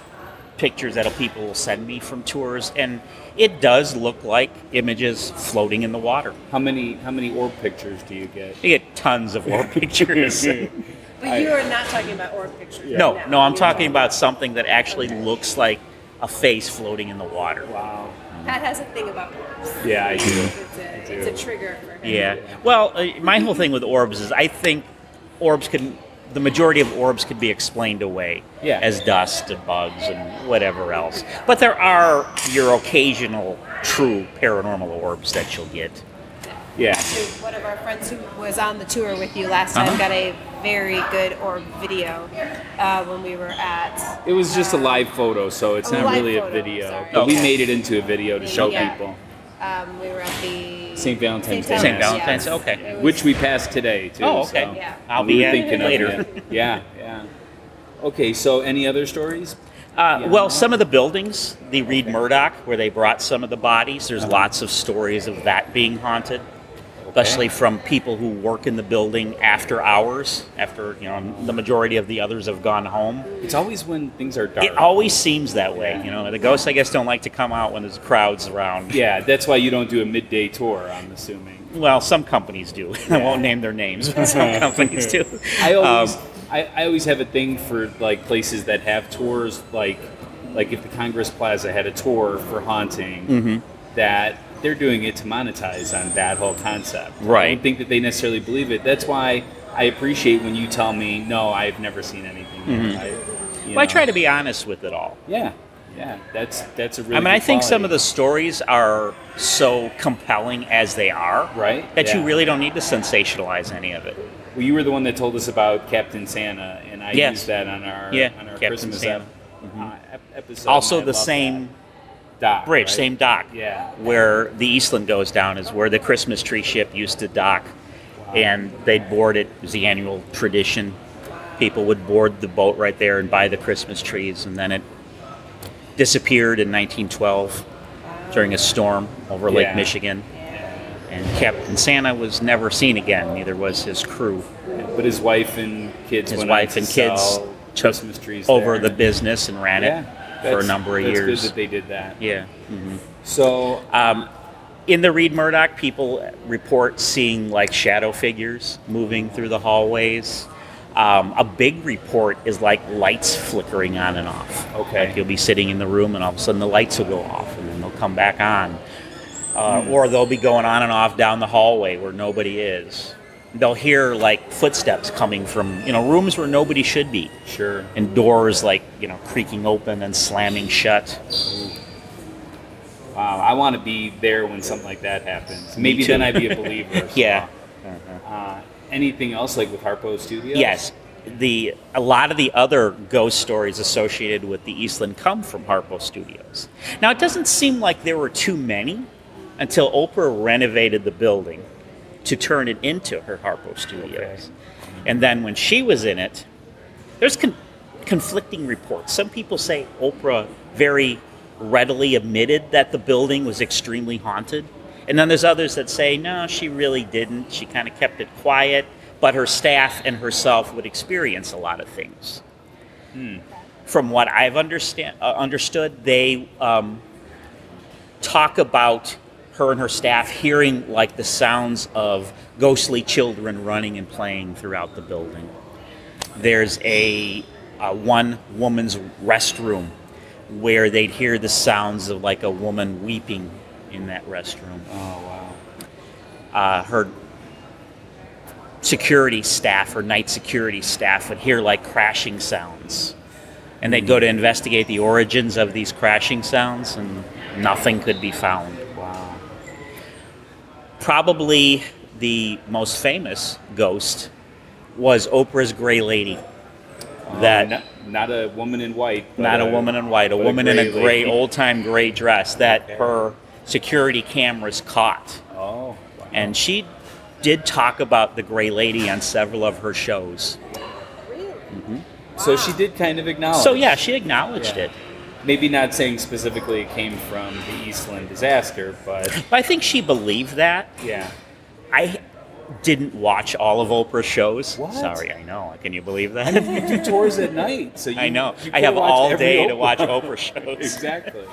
S3: pictures that people will send me from tours, and it does look like images floating in the water.
S1: How many how many orb pictures do you get?
S3: You get tons of more pictures.
S5: But
S1: I-
S5: you are not talking about orb pictures.
S3: No,
S5: right
S3: no,
S5: now.
S3: I'm talking about something that actually looks like a face floating in the water.
S1: Wow.
S5: Pat has a thing about orbs.
S1: Yeah, I do.
S5: It's a,
S1: do.
S5: it's a trigger for him.
S3: Yeah. Well, uh, my whole thing with orbs is I think orbs can, the majority of orbs can be explained away
S1: Yeah.
S3: as dust and bugs and whatever else. But there are your occasional true paranormal orbs that you'll get.
S1: Yeah.
S5: Actually, One of our friends who was on the tour with you last time
S3: Uh-huh.
S5: got a very good orb video uh, when we were at.
S1: It was just a live photo, so it's
S5: A
S1: not
S5: live
S1: really a
S5: photo,
S1: video.
S5: sorry.
S1: But we
S3: Okay.
S1: made it into a video to show
S5: Yeah.
S1: people.
S5: Um, we were at the
S1: St. Valentine's Day
S3: St.
S1: Mass.
S3: Valentine's,
S5: yes.
S3: okay.
S5: It was-
S1: Which we passed today too.
S3: Oh, okay.
S1: so
S5: Yeah.
S3: I'll
S1: we
S3: be
S1: were
S3: at
S1: thinking
S3: it later.
S1: Of it. Yeah, yeah. Okay, so any other stories?
S3: Uh,
S1: Yeah.
S3: Well, some of the buildings, the Reed Murdoch, where they brought some of the bodies,
S1: Uh-huh.
S3: there's lots of stories of that being haunted, especially from people who work in the building after hours, after you know the majority of the others have gone home.
S1: It's always when things are dark.
S3: It always seems that way, you know. The ghosts, I guess, don't like to come out when there's crowds around.
S1: yeah, that's why you don't do a midday tour. I'm assuming.
S3: Well, some companies do. I won't name their names, but some companies do.
S1: I always,
S3: Um,
S1: I, I always have a thing for like places that have tours, like, like if the Congress Plaza had a tour for haunting,
S3: Mm-hmm.
S1: that they're doing it to monetize on that whole concept. I
S3: Right.
S1: don't think that they necessarily believe it. That's why I appreciate when you tell me, no, I've never seen anything. I, you
S3: Mm-hmm. well, I
S1: know.
S3: try to be honest with it all.
S1: Yeah, yeah. That's that's a really.
S3: I mean,
S1: good
S3: I think some of the
S1: quality.
S3: stories are so compelling as they are,
S1: Right,
S3: That you
S1: yeah.
S3: really don't need to sensationalize any of it.
S1: Well, you were the one that told us about Captain Santa, and I
S3: Yes.
S1: used that on our
S3: Yeah,
S1: on our
S3: Captain
S1: Christmas
S3: Santa. Mm-hmm.
S1: ep- uh, ep- episode.
S3: also,
S1: and I
S3: the
S1: love
S3: same
S1: that dock,
S3: bridge,
S1: right?
S3: same dock,
S1: Yeah.
S3: where the Eastland goes down is where the Christmas tree ship used to dock, and they'd board it. It was the annual tradition. People would board the boat right there and buy the Christmas trees, and then it disappeared in 1912 during a storm over
S1: Yeah.
S3: Lake Michigan.
S5: Yeah.
S3: and Captain Santa was never seen again. Neither was his crew.
S1: But his wife and kids.
S3: His
S1: went on
S3: wife
S1: to
S3: and kids
S1: sell
S3: took
S1: Christmas trees
S3: over
S1: there.
S3: the business and ran
S1: yeah,
S3: it for a
S1: that's-
S3: number of
S1: that's
S3: years.
S1: Good that they did that.
S3: yeah.
S1: So
S3: Um, in the Reed Murdoch, people report seeing like shadow figures moving through the hallways. Um, a big report is like lights flickering on and off.
S1: Okay.
S3: Like you'll be sitting in the room and all of a sudden the lights will go off and then they'll come back on. Uh, Or they'll be going on and off down the hallway where nobody is. They'll hear like footsteps coming from, you know, rooms where nobody should be
S1: sure.
S3: and doors like, you know, creaking open and slamming shut.
S1: Wow, I want to be there when something like that happens. Maybe
S3: too.
S1: then I'd be a believer.
S3: Yeah.
S1: Uh, anything else like with Harpo Studios?
S3: Yes. The a lot of the other ghost stories associated with the Eastland come from Harpo Studios. Now it doesn't seem like there were too many until Oprah renovated the building to turn it into her Harpo Studios. And then when she was in it, there's con- conflicting reports. Some people say Oprah very readily admitted that the building was extremely haunted. And then there's others that say, no, she really didn't. She kind of kept it quiet, but her staff and herself would experience a lot of things. From what I've understand, uh, understood, they um, talk about her and her staff hearing like the sounds of ghostly children running and playing throughout the building there's a, a one woman's restroom where they'd hear the sounds of like a woman weeping in that restroom.
S1: Oh wow.
S3: Uh, her security staff, her night security staff, would hear like crashing sounds. And they'd go to
S1: Hmm.
S3: investigate the origins of these crashing sounds, and nothing could be found.
S1: Wow.
S3: Probably the most famous ghost was Oprah's Gray Lady.
S1: Oh,
S3: That
S1: not, not a woman in white. but
S3: not a woman in white, a
S1: but
S3: woman in a
S1: gray
S3: gray,
S1: lady.
S3: old time gray dress that
S1: Okay.
S3: her security cameras caught.
S1: Oh. Wow.
S3: And she did talk about the gray lady on several of her shows.
S1: So she did kind of acknowledge.
S3: So, yeah, she acknowledged
S1: Oh. Yeah.
S3: it.
S1: Maybe not saying specifically it came from the Eastland disaster, but
S3: But I think she believed that.
S1: yeah.
S3: I didn't watch all of Oprah's shows.
S1: What?
S3: Sorry, I know. Can you believe
S1: You
S3: that?
S1: do tours at night, so you,
S3: I know.
S1: you
S3: I
S1: could
S3: have
S1: watch
S3: all
S1: every
S3: day to
S1: Oprah.
S3: watch Oprah shows.
S1: exactly.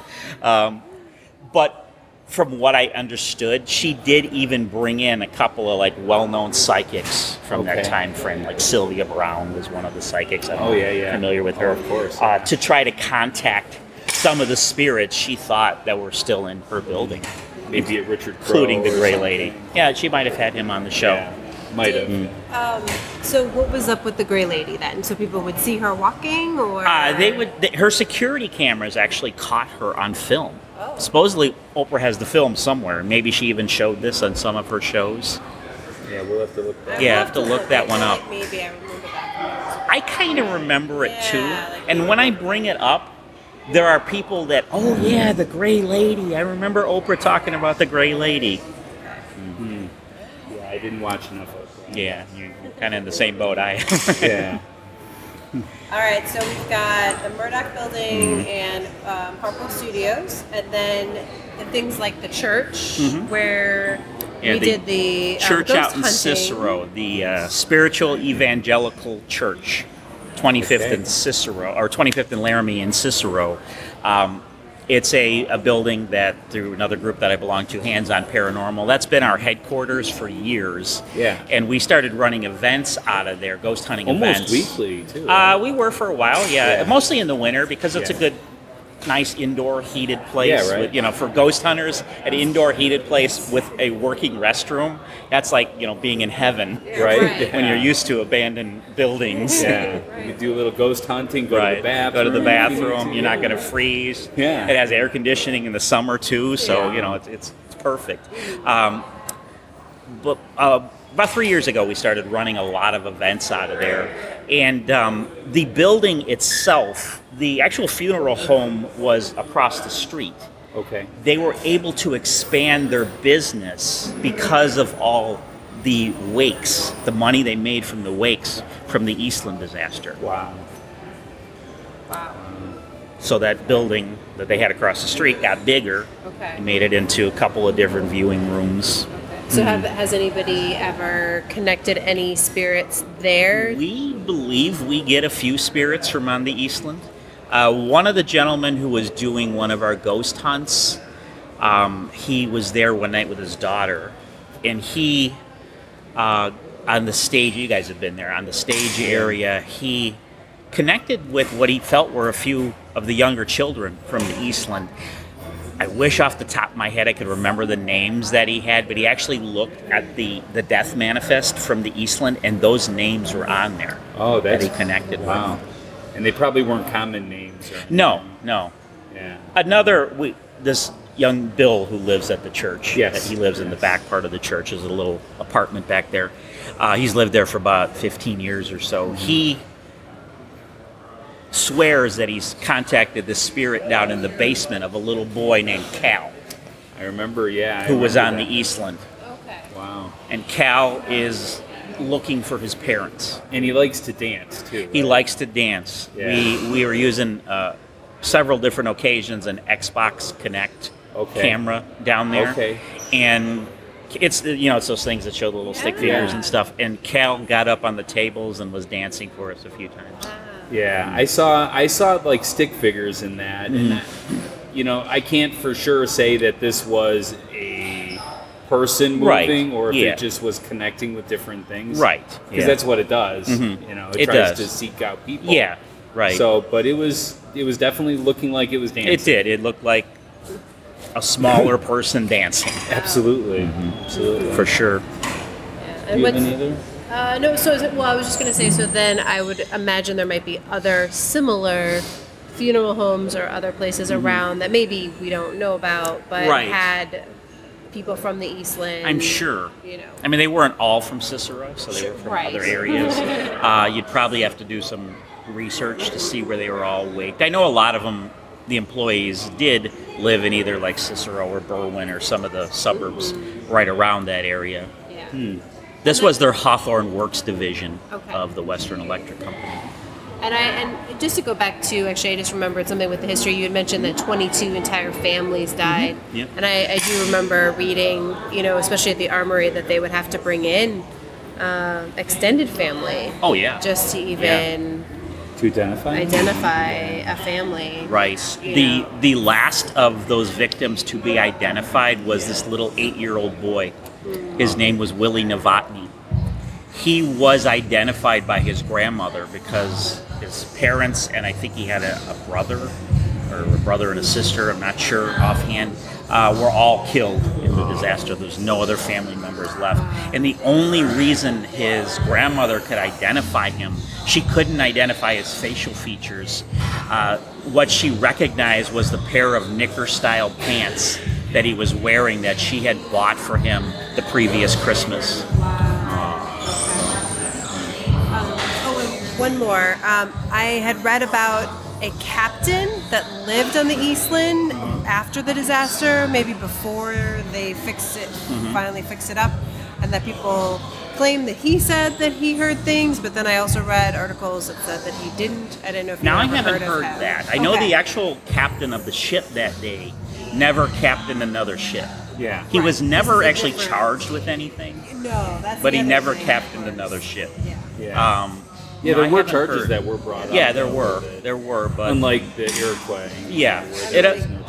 S3: but from what I understood, she did even bring in a couple of like well-known psychics from that
S1: Okay.
S3: time frame. Like Sylvia Brown was one of the psychics. I'm
S1: Oh, yeah, yeah.
S3: familiar with
S1: Oh,
S3: her,
S1: of course, yeah.
S3: Uh, to try to contact some of the spirits she thought that were still in her building,
S1: Maybe at Richard Crowe
S3: including the
S1: or
S3: Gray
S1: something.
S3: Lady. Yeah, she might have had him on the show.
S1: Yeah, might have.
S5: Um, so what was up with the gray lady then? So people would see her walking, or
S3: Uh, they would. Th- her security cameras actually caught her on film. Supposedly, Oprah has the film somewhere. Maybe she even showed this on some of her shows.
S1: Yeah, we'll have to look. That.
S5: I'd
S3: yeah,
S5: love
S3: have to look that
S5: I
S3: one
S5: feel
S3: up.
S5: like Maybe I remember that.
S3: I kind of remember it too.
S5: Yeah, like-
S3: and when I bring it up, there are people that, oh yeah, the gray lady. I remember Oprah talking about the gray lady.
S1: Yeah, I didn't watch enough of. it.
S3: Yeah, you're kind of in the same boat I am.
S1: Yeah.
S5: All right, so we've got the Murdoch
S3: Mm-hmm.
S5: Building and um, Harpo Studios, and then the things like the church where
S3: Mm-hmm. Yeah,
S5: we
S3: the
S5: did the um,
S3: church
S5: ghost
S3: out in
S5: hunting.
S3: Cicero, the uh, Spiritual Evangelical Church, 25th
S1: Okay.
S3: and Cicero, or 25th and Laramie in Cicero. Um, it's a, a building that, through another group that I belong to, Hands on Paranormal, that's been our headquarters for years.
S1: Yeah.
S3: And we started running events out of there, ghost hunting
S1: Almost
S3: events.
S1: weekly too.
S3: Uh, we were for a while, yeah.
S1: Yeah.
S3: Mostly in the winter because it's a
S1: Yeah.
S3: good, nice indoor heated place.
S1: Yeah, right.
S3: with, you know, for ghost hunters, an indoor heated place with a working restroom. That's like you know being in heaven
S1: right.
S5: Right.
S3: when you're used to abandoned buildings.
S1: Yeah. You could do a little ghost hunting. Go to the bathroom.
S3: Go to the bathroom.
S1: Yeah.
S3: You're not going to freeze.
S1: Yeah.
S3: It has air conditioning in the summer too, so
S5: Yeah.
S3: you know it's it's, it's perfect. Um, but uh, about three years ago, we started running a lot of events out of there, and um, the building itself, the actual funeral home, was across the street.
S1: Okay.
S3: They were able to expand their business because of all the wakes, the money they made from the wakes from the Eastland disaster.
S1: Wow.
S3: So that building that they had across the street got bigger.
S5: Okay.
S3: They made it into a couple of different viewing rooms.
S5: So have, has anybody ever connected any spirits there?
S3: We believe we get a few spirits from on the Eastland. Uh, one of the gentlemen who was doing one of our ghost hunts, um, he was there one night with his daughter, and he, uh, on the stage, you guys have been there, on the stage area, he connected with what he felt were a few of the younger children from the Eastland. I wish off the top of my head I could remember the names that he had, but he actually looked at the, the death manifest from the Eastland, and those names were on there.
S1: Oh,
S3: that
S1: that's
S3: he connected
S1: Wow.
S3: with.
S1: And they probably weren't common names. Or,
S3: No, no.
S1: Yeah.
S3: Another we, this young Bill who lives at the church.
S1: Yes.
S3: that he lives in the back part of the church. There's a little apartment back there. Uh, he's lived there for about 15 years or so.
S1: Mm-hmm.
S3: He swears that he's contacted the spirit down in the basement of a little boy named Cal
S1: I remember. Yeah. I
S3: who was on
S1: remember
S3: the E- Eastland.
S5: Okay.
S1: that. Wow.
S3: and Cal is looking for his parents.
S1: And he likes to dance too.
S3: He
S1: right?
S3: likes to dance.
S1: Yeah.
S3: We we were using uh, several different occasions an Xbox Connect
S1: Okay.
S3: camera down there.
S1: Okay.
S3: And it's the- you know it's those things that show the little stick figures
S1: Yeah.
S3: and stuff. And Cal got up on the tables and was dancing for us a few times.
S1: Yeah, I saw I saw like stick figures in that, and
S3: Mm.
S1: you know I can't for sure say that this was a person
S3: Right,
S1: moving or if
S3: yeah.
S1: it just was connecting with different things,
S3: Right.
S1: Because
S3: Yeah. Mm-hmm.
S1: that's what it does. You know, it,
S3: It
S1: tries
S3: does.
S1: to seek out people.
S3: yeah. Right.
S1: So, but it was it was definitely looking like it was dancing.
S3: it did. It looked like a smaller person dancing
S1: absolutely, absolutely.
S3: Mm-hmm. for sure.
S5: Yeah.
S1: Do
S5: And
S1: you have
S5: what's,
S1: any other?
S5: uh, no, so is it, well, I was just going to say, so then I would imagine there might be other similar funeral homes or other places around that maybe we don't know about, but
S3: Mm-hmm. Right.
S5: had people from the Eastland.
S3: I'm sure.
S5: You know.
S3: I mean, they weren't all from Cicero, so they were from
S5: Right.
S3: other areas. uh, you'd probably have to do some research to see where they were all waked. I know a lot of them, the employees, did live in either like Cicero or Berwyn or some of the suburbs right around that area.
S5: Yeah.
S3: This was their Hawthorne Works division
S5: Okay.
S3: of the Western Electric Company.
S5: And I and just to go back to actually, I just remembered something with the history. You had mentioned that 22 entire families died,
S3: Mm-hmm. Yep.
S5: and I, I do remember reading, you know, especially at the armory, that they would have to bring in uh, extended family
S3: Oh, yeah. Mm-hmm.
S5: just to even
S1: To identify?
S5: identify a family.
S3: Right.
S5: You
S3: The
S5: know.
S3: the last of those victims to be identified was this little eight year old boy. His name was Willie Novotny. He was identified by his grandmother because his parents and I think he had a, a brother or a brother and a sister. I'm not sure offhand. Uh, were all killed in the disaster. There's no other family members left. And the only reason his grandmother could identify him, she couldn't identify his facial features. Uh, what she recognized was the pair of knicker style pants that he was wearing that she had bought for him the previous Christmas.
S5: Oh, and one more. Um, I had read about a captain that lived on the Eastland after the disaster, maybe before they fixed it,
S3: Mm-hmm.
S5: finally fixed it up, and that people claimed that he said that he heard things, but then I also read articles that said that he didn't. I didn't know if
S3: Now I
S5: you ever
S3: haven't
S5: of
S3: heard
S5: him.
S3: that. I know
S5: Okay.
S3: the actual captain of the ship that day never captained another ship.
S1: Yeah.
S3: He was never
S5: This is
S3: actually
S5: different.
S3: charged with anything,
S5: No, that's
S3: but
S5: the
S3: he
S5: other
S3: never
S5: thing.
S3: captained another ship.
S5: Yeah.
S1: Yeah.
S3: Um,
S1: yeah,
S3: no,
S1: there
S3: I
S1: were
S3: haven't
S1: charges
S3: heard.
S1: that were brought up.
S3: Yeah, there
S1: though,
S3: were.
S1: that-
S3: There were, but
S1: Unlike the Iroquois.
S3: yeah, it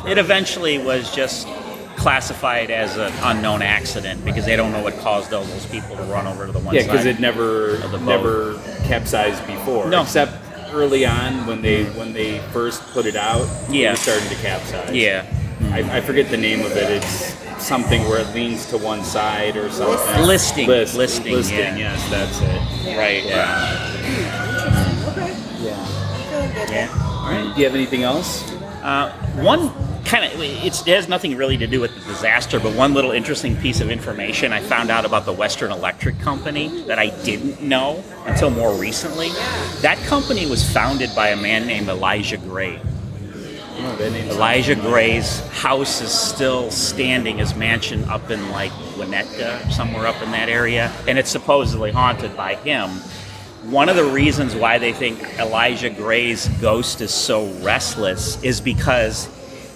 S3: it eventually was just classified as an unknown accident because they don't know what caused all those people to run over to the one
S1: Yeah,
S3: side.
S1: because it never
S3: of the boat.
S1: never capsized before.
S3: No.
S1: except early on when they when they first put it out.
S3: Yeah.
S1: it was starting to capsize.
S3: yeah,
S1: I, I forget the name of it. It's something where it leans to one side or something.
S3: Listing.
S1: List-
S3: Listing,
S1: listing.
S3: yeah.
S1: Yes, that's it.
S3: right. Yeah.
S1: Yeah.
S3: yeah.
S1: All right. Do you have anything else?
S3: Uh, one kind of it's, it has nothing really to do with the disaster, but one little interesting piece of information I found out about the Western Electric Company that I didn't know until more recently. That company was founded by a man named Elijah Gray.
S1: Oh, that name's-
S3: Elijah Gray's house is still standing, his mansion up in like Winnetka, somewhere up in that area, and it's supposedly haunted by him. One of the reasons why they think Elijah Gray's ghost is so restless is because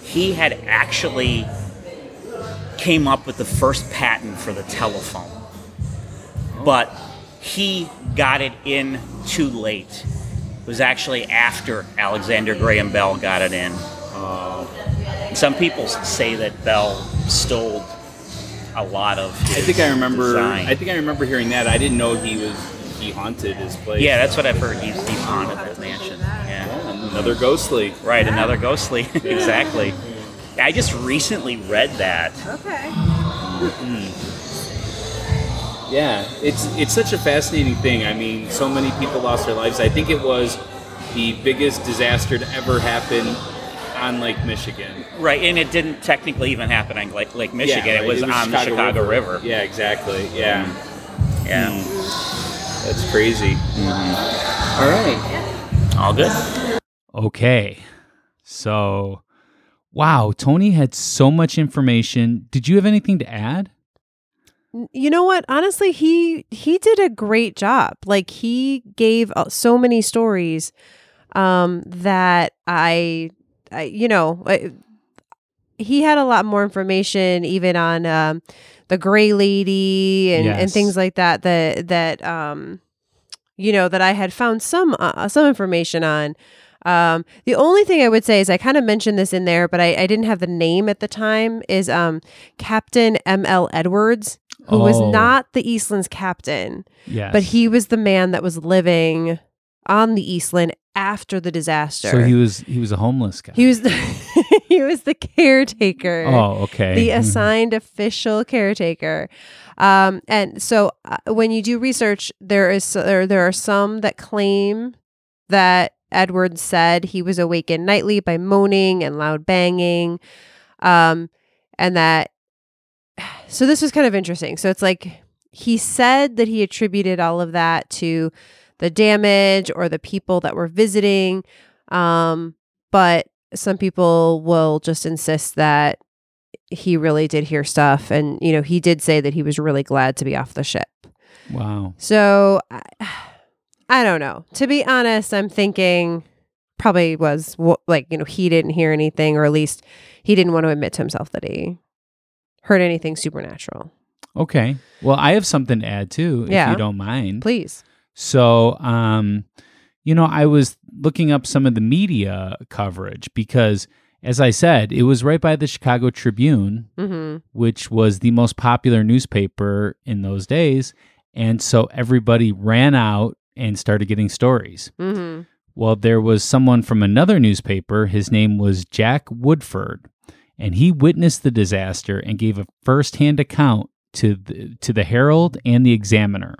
S3: he had actually came up with the first patent for the telephone. But he got it in too late. It was actually after Alexander Graham Bell got it in. Um, Some people say that Bell stole a lot of.
S1: I
S3: his
S1: think I remember.
S3: design.
S1: I think I remember hearing that. I didn't know he was he haunted his place.
S3: yeah, that's what I've heard. He's he haunted the mansion. Yeah.
S1: Yeah, another ghostly.
S3: Right, another ghostly. exactly. I just recently read that.
S5: Okay.
S1: Yeah, it's it's such a fascinating thing. I mean, so many people lost their lives. I think it was the biggest disaster to ever happen on Lake Michigan.
S3: Right, and it didn't technically even happen on Lake, Lake Michigan.
S1: Yeah,
S3: it, was on the Chicago River.
S1: Yeah, exactly. Yeah,
S3: Yeah.
S1: that's crazy.
S3: Mm-hmm.
S1: All right.
S3: All good.
S7: Okay. So, wow, Tony had so much information. Did you have anything to add?
S2: you know what honestly he he did a great job like he gave uh, so many stories um that i, I you know I, he had a lot more information even on um the gray lady and, and
S7: Yes.
S2: things like that that that um you know that i had found some uh, some information on um the only thing i would say is i kind of mentioned this in there but i i didn't have the name at the time is um captain ml edwards who was
S7: Oh.
S2: not the Eastland's captain,
S7: Yes.
S2: but he was the man that was living on the Eastland after the disaster.
S7: So he was he was a homeless guy.
S2: he was the, he was the caretaker.
S7: Oh, okay.
S2: The
S7: Mhm.
S2: assigned official caretaker, um, and so uh, when you do research, there is uh, there, there are some that claim that Edward said he was awakened nightly by moaning and loud banging, um, and that. So this was kind of interesting. So it's like he said that he attributed all of that to the damage or the people that were visiting, um, but some people will just insist that he really did hear stuff and you know he did say that he was really glad to be off the ship
S7: Wow.
S2: so i, I don't know to be honest i'm thinking probably was wha- like you know he didn't hear anything or at least he didn't want to admit to himself that he heard anything supernatural
S7: Okay. Well, I have something to add too, if
S2: Yeah.
S7: you don't mind.
S2: please
S7: So, um, you know, I was looking up some of the media coverage because, as I said, it was right by the Chicago Tribune,
S2: mm-hmm.
S7: which was the most popular newspaper in those days. And so everybody ran out and started getting stories.
S2: Mm-hmm.
S7: Well, there was someone from another newspaper. His name was Jack Woodford, and he witnessed the disaster and gave a firsthand account to the, to the Herald and the Examiner.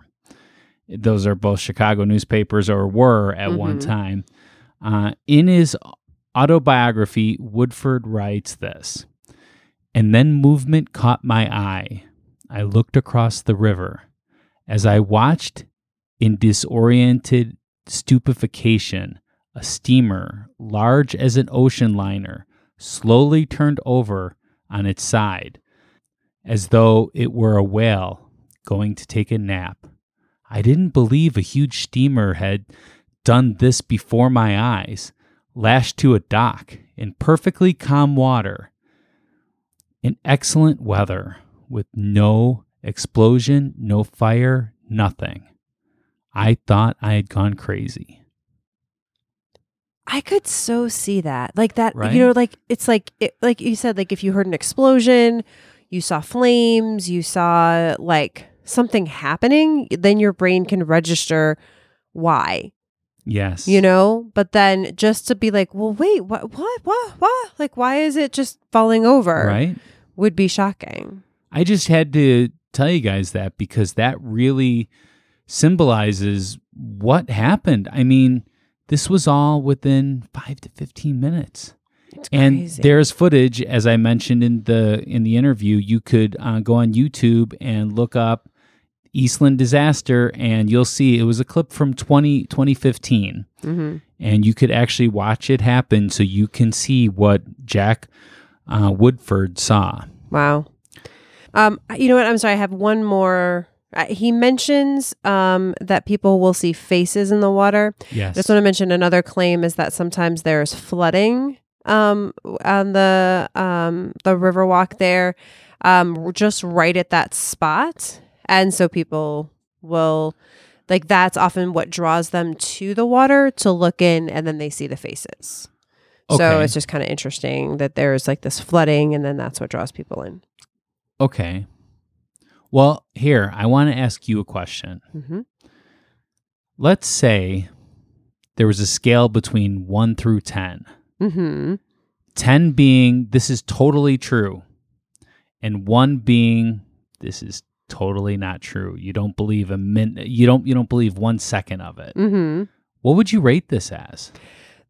S7: Those are both Chicago newspapers, or were at one
S2: Mhm.
S7: time. Uh, in his autobiography, Woodford writes this, and then movement caught my eye. I looked across the river. As I watched in disoriented stupefaction, a steamer, large as an ocean liner, slowly turned over on its side, as though it were a whale going to take a nap. I didn't believe a huge steamer had done this before my eyes, lashed to a dock in perfectly calm water, in excellent weather, with no explosion, no fire, nothing. I thought I had gone crazy.
S2: I could so see that. Like that,
S7: Right?
S2: you know, like it's like it, like you said like if you heard an explosion, you saw flames, you saw like something happening, then your brain can register why,
S7: Yes.
S2: you know? But then just to be like, "Well, wait, what what what what? Like why is it just falling over?"
S7: right?
S2: would be shocking.
S7: I just had to tell you guys that because that really symbolizes what happened. I mean, this was all within 5 to 15 minutes.
S2: It's
S7: and
S2: crazy.
S7: there's footage as I mentioned in the in the interview, you could uh, go on YouTube and look up Eastland disaster and you'll see it was a clip from 20 2015.
S2: Mhm.
S7: and you could actually watch it happen so you can see what Jack uh, Woodford saw.
S2: Wow. Um, you know what? I'm sorry. I have one more. Uh, He mentions um, that people will see faces in the water.
S7: Yes.
S2: I just want to mention another claim is that sometimes there's flooding um, on the um, the Riverwalk there, um, just right at that spot. And so people will, like, that's often what draws them to the water to look in and then they see the faces. So
S7: Okay.
S2: it's just kind of interesting that there's like this flooding and then that's what draws people in.
S7: Okay. Well, here, I want to ask you a question.
S2: hmm
S7: Let's say there was a scale between 1 through 10.
S2: hmm
S7: 10 being this is totally true, and 1 being this is totally not true. You don't believe a min you don't you don't believe 1 second of it.
S2: hmm
S7: What would you rate this as?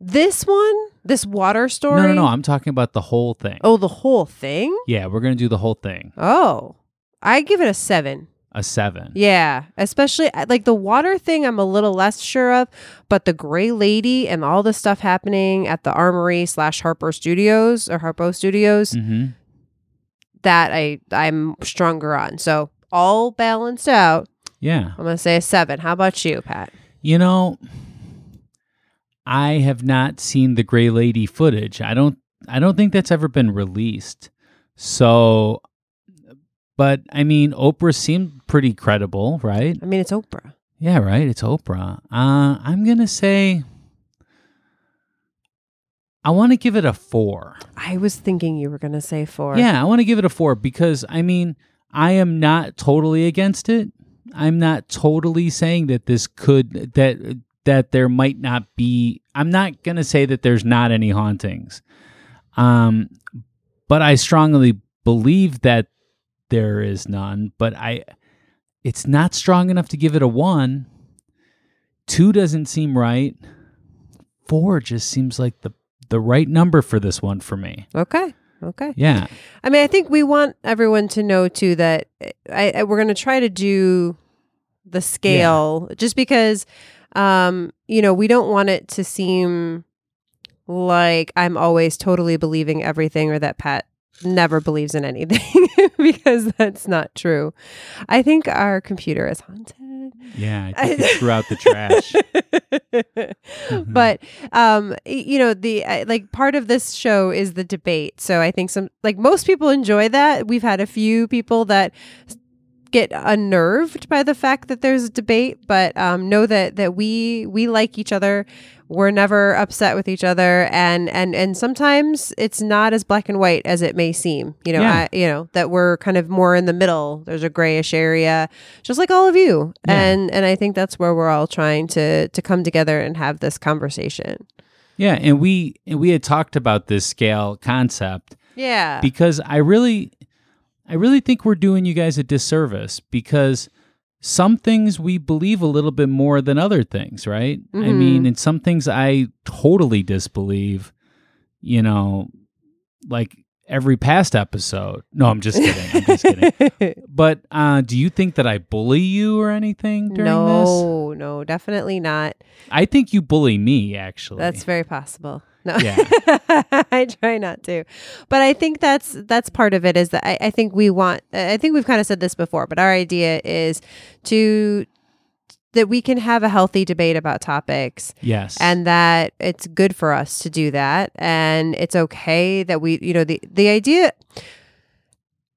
S2: This one, this water story.
S7: No, no, no. I'm talking about the whole thing.
S2: Oh, the whole thing?
S7: Yeah, we're going to do the whole thing.
S2: Oh, I give it a seven.
S7: A 7.
S2: Yeah, especially I- like the water thing, I'm a little less sure of, but the Gray Lady and all the stuff happening at the Armory slash Harper Studios or Harpo Studios
S7: Mhm.
S2: that I I'm stronger on. So all balanced out,
S7: Yeah.
S2: I'm gonna say a seven. How about you, Pat?
S7: You know, I have not seen the Gray Lady footage. I don't I don't think that's ever been released. So but I mean Oprah seemed pretty credible, right?
S2: I mean, it's Oprah.
S7: Yeah, right. It's Oprah. Uh I'm gonna say I want to give it a four.
S2: I was thinking you were gonna say four.
S7: Yeah, I want to give it a four because I mean, I am not totally against it. I'm not totally saying that this could that that there might not be. I'm not gonna say that there's not any hauntings, um, but I strongly believe that there is none. But I, it's not strong enough to give it a one. Two doesn't seem right. Four just seems like the the right number for this one for me.
S2: Okay. Okay.
S7: Yeah.
S2: I mean, I think we want everyone to know too that eh, I, I we're going to try to do the scale just because um you know, we don't want it to seem like I'm always totally believing everything or that Pat never believes in anything because that's not true. I think our computer is haunted.
S7: Yeah,
S2: I-
S7: I think it threw out the trash.
S2: but um y- you know the uh, like part of this show is the debate so i think some like most people enjoy that we've had a few people that s- get unnerved by the fact that there's a debate but um know that that we we like each other we're never upset with each other and and and sometimes it's not as black and white as it may seem you know
S7: Yeah.
S2: I, you know that we're kind of more in the middle there's a grayish area just like all of you
S7: Yeah.
S2: and and i think that's where we're all trying to to come together and have this conversation
S7: yeah, and we and we had talked about this scale concept
S2: yeah
S7: because I really I really think we're doing you guys a disservice because some things we believe a little bit more than other things, right? I
S2: Mhm.
S7: mean, and some things I totally disbelieve, you know, like every past episode. No, I'm just kidding. I'm just kidding. But uh, do you think that I bully you or anything during this?
S2: no no definitely not
S7: I think you bully me actually.
S2: that's very possible no
S7: Yeah.
S2: i try not to but i think that's that's part of it is that i, I think we want i think we've kind of said this before but our idea is to that we can have a healthy debate about topics
S7: Yes.
S2: and that it's good for us to do that and it's okay that we you know the the idea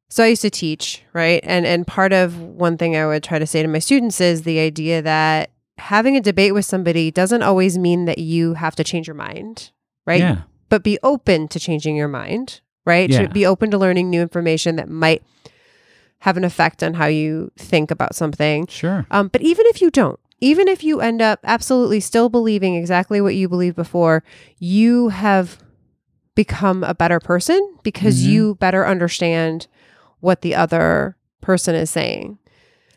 S2: so i used to teach right and and part of one thing i would try to say to my students is the idea that having a debate with somebody doesn't always mean that you have to change your mind right
S7: Yeah.
S2: but be open to changing your mind, right?
S7: Yeah.
S2: To be open to learning new information that might have an effect on how you think about something.
S7: Sure.
S2: Um, but even if you don't, even if you end up absolutely still believing exactly what you believed before, you have become a better person because
S7: Mhm.
S2: you better understand what the other person is saying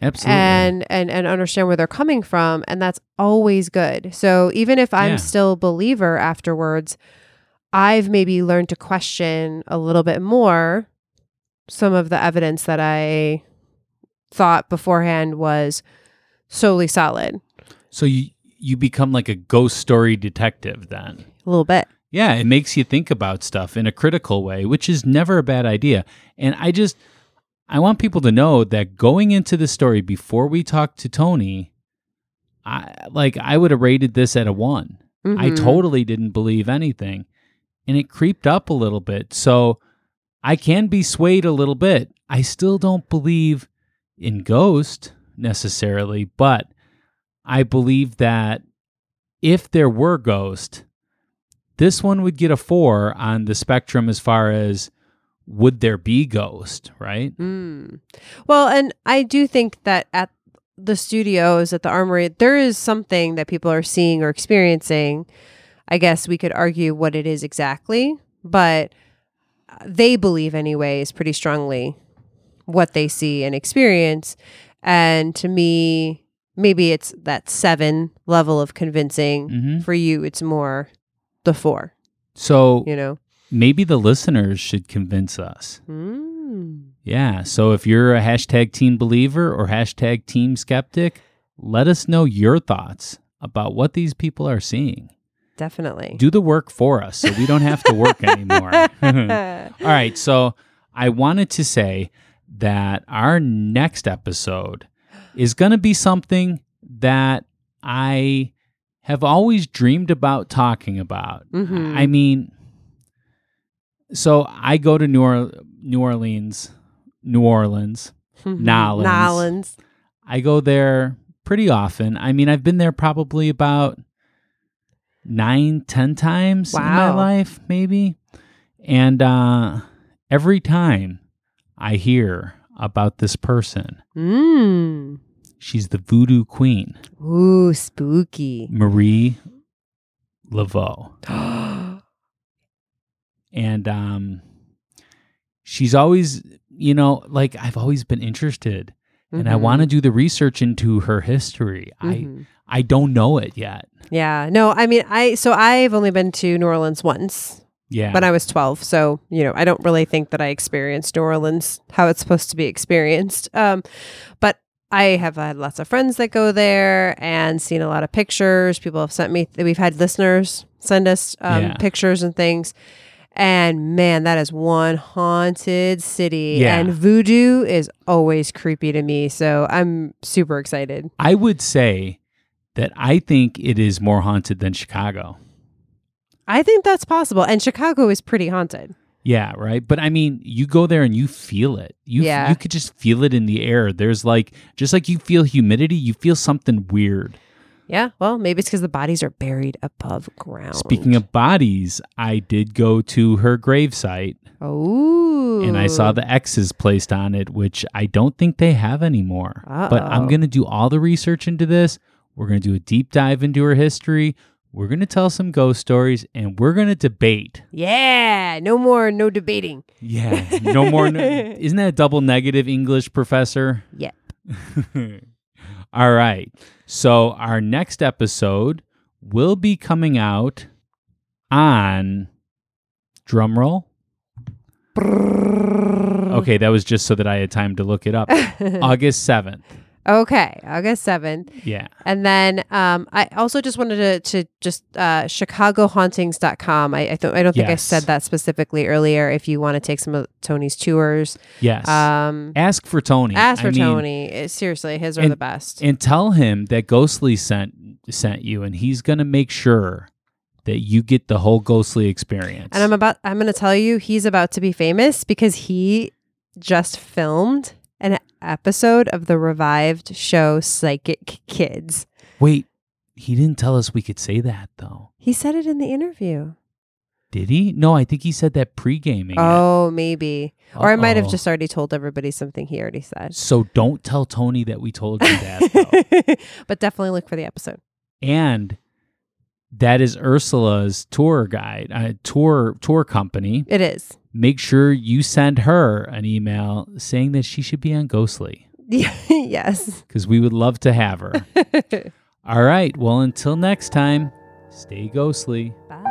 S7: Absolutely.
S2: and and and understand where they're coming from and that's always good so even if i'm
S7: Yeah.
S2: still a believer afterwards i've maybe learned to question a little bit more some of the evidence that i thought beforehand was solely solid
S7: so you you become like a ghost story detective then.
S2: a little bit
S7: Yeah, it makes you think about stuff in a critical way, which is never a bad idea. And I just I want people to know that going into the story before we talked to Tony, I like I would have rated this at a 1. I
S2: Mhm.
S7: totally didn't believe anything and it creeped up a little bit. So I can be swayed a little bit. I still don't believe in ghost necessarily, but I believe that if there were ghost, this one would get a four on the spectrum as far as would there be ghost, right?
S2: Mm. Well, and I do think that at the studios, at the armory, there is something that people are seeing or experiencing. I guess we could argue what it is exactly, but uh, they believe, anyways, pretty strongly what they see and experience. And to me, maybe it's that seven level of convincing.
S7: Mm-hmm.
S2: For you, it's more the four,
S7: So
S2: you know?
S7: maybe the listeners should convince us.
S2: Mm.
S7: Yeah. So if you're a hashtag team believer or hashtag team skeptic, let us know your thoughts about what these people are seeing.
S2: Definitely.
S7: Do the work for us so we don't have to work anymore. All right. So I wanted to say that our next episode is going to be something that I have always dreamed about talking about.
S2: Mhm.
S7: I mean, so I go to New, or- New Orleans, New Orleans. Nolans.
S2: Nolans.
S7: I go there pretty often. I mean, I've been there probably about nine, ten times in my
S2: Wow.
S7: life, maybe. And uh, every time I hear about this person,
S2: Mm.
S7: she's the voodoo queen,
S2: Ooh, spooky.
S7: Marie Laveau.
S2: mm-hmm.
S7: and um she's always you know like i've always been interested and i
S2: Mm-hmm.
S7: want to do the research into her history i i don't know it yet
S2: Yeah. No, I mean, I, so I've only been to New Orleans once
S7: yeah
S2: when I was 12. So, you know, I don't really think that I experienced New Orleans how it's supposed to be experienced. Um, but I have had lots of friends that go there and seen a lot of pictures. People have sent me, we've had listeners send us um,
S7: Yeah.
S2: pictures and things. And man, that is one haunted city.
S7: Yeah.
S2: And voodoo is always creepy to me. So I'm super excited.
S7: i would say that i think it is more haunted than chicago
S2: I think that's possible. And Chicago is pretty haunted.
S7: yeah right but i mean you go there and you feel it you f-
S2: Yeah.
S7: you could just feel it in the air there's like just like you feel humidity you feel something weird
S2: Yeah, well, maybe it's because the bodies are buried above ground.
S7: speaking of bodies i did go to her gravesite
S2: oh,
S7: and I saw the X's placed on it, which I don't think they have anymore. But I'm
S2: Uh-oh.
S7: going to do all the research into this. We're going to do a deep dive into her history. We're going to tell some ghost stories and we're going to debate.
S2: yeah, no more, no debating.
S7: Yeah. No more. isn't that a double negative English professor?
S2: Yep.
S7: all right. So our next episode will be coming out on drumroll. Okay, that was just so that I had time to look it up. August 7th.
S2: Okay, August seventh,
S7: Yeah.
S2: and then um, I also just wanted to to just uh, ChicagoHauntings.com. I I, th- I don't think I
S7: Yes.
S2: said that specifically earlier. If you want to take some of Tony's tours,
S7: Yes.
S2: um,
S7: ask for Tony.
S2: ask for
S7: I mean,
S2: Tony. It- seriously, his are
S7: and-
S2: the best.
S7: And tell him that Ghostly sent sent you and he's going to make sure that you get the whole Ghostly experience.
S2: And I'm about I'm going to tell you he's about to be famous because he just filmed an episode of the revived show Psychic Kids.
S7: Wait, he didn't tell us we could say that though.
S2: He said it in the interview.
S7: Did he? No, I think he said that pre-gaming. it.
S2: Oh, maybe. Or I might have
S7: Uh-oh.
S2: just already told everybody something he already said.
S7: So don't tell Tony that we told you that though.
S2: but definitely look for the episode.
S7: and that is Ursula's tour guide, uh, tour tour company.
S2: It is.
S7: Make sure you send her an email saying that she should be on Ghostly
S2: yes.
S7: because we would love to have her. All right. Well, until next time, stay ghostly.
S2: Bye.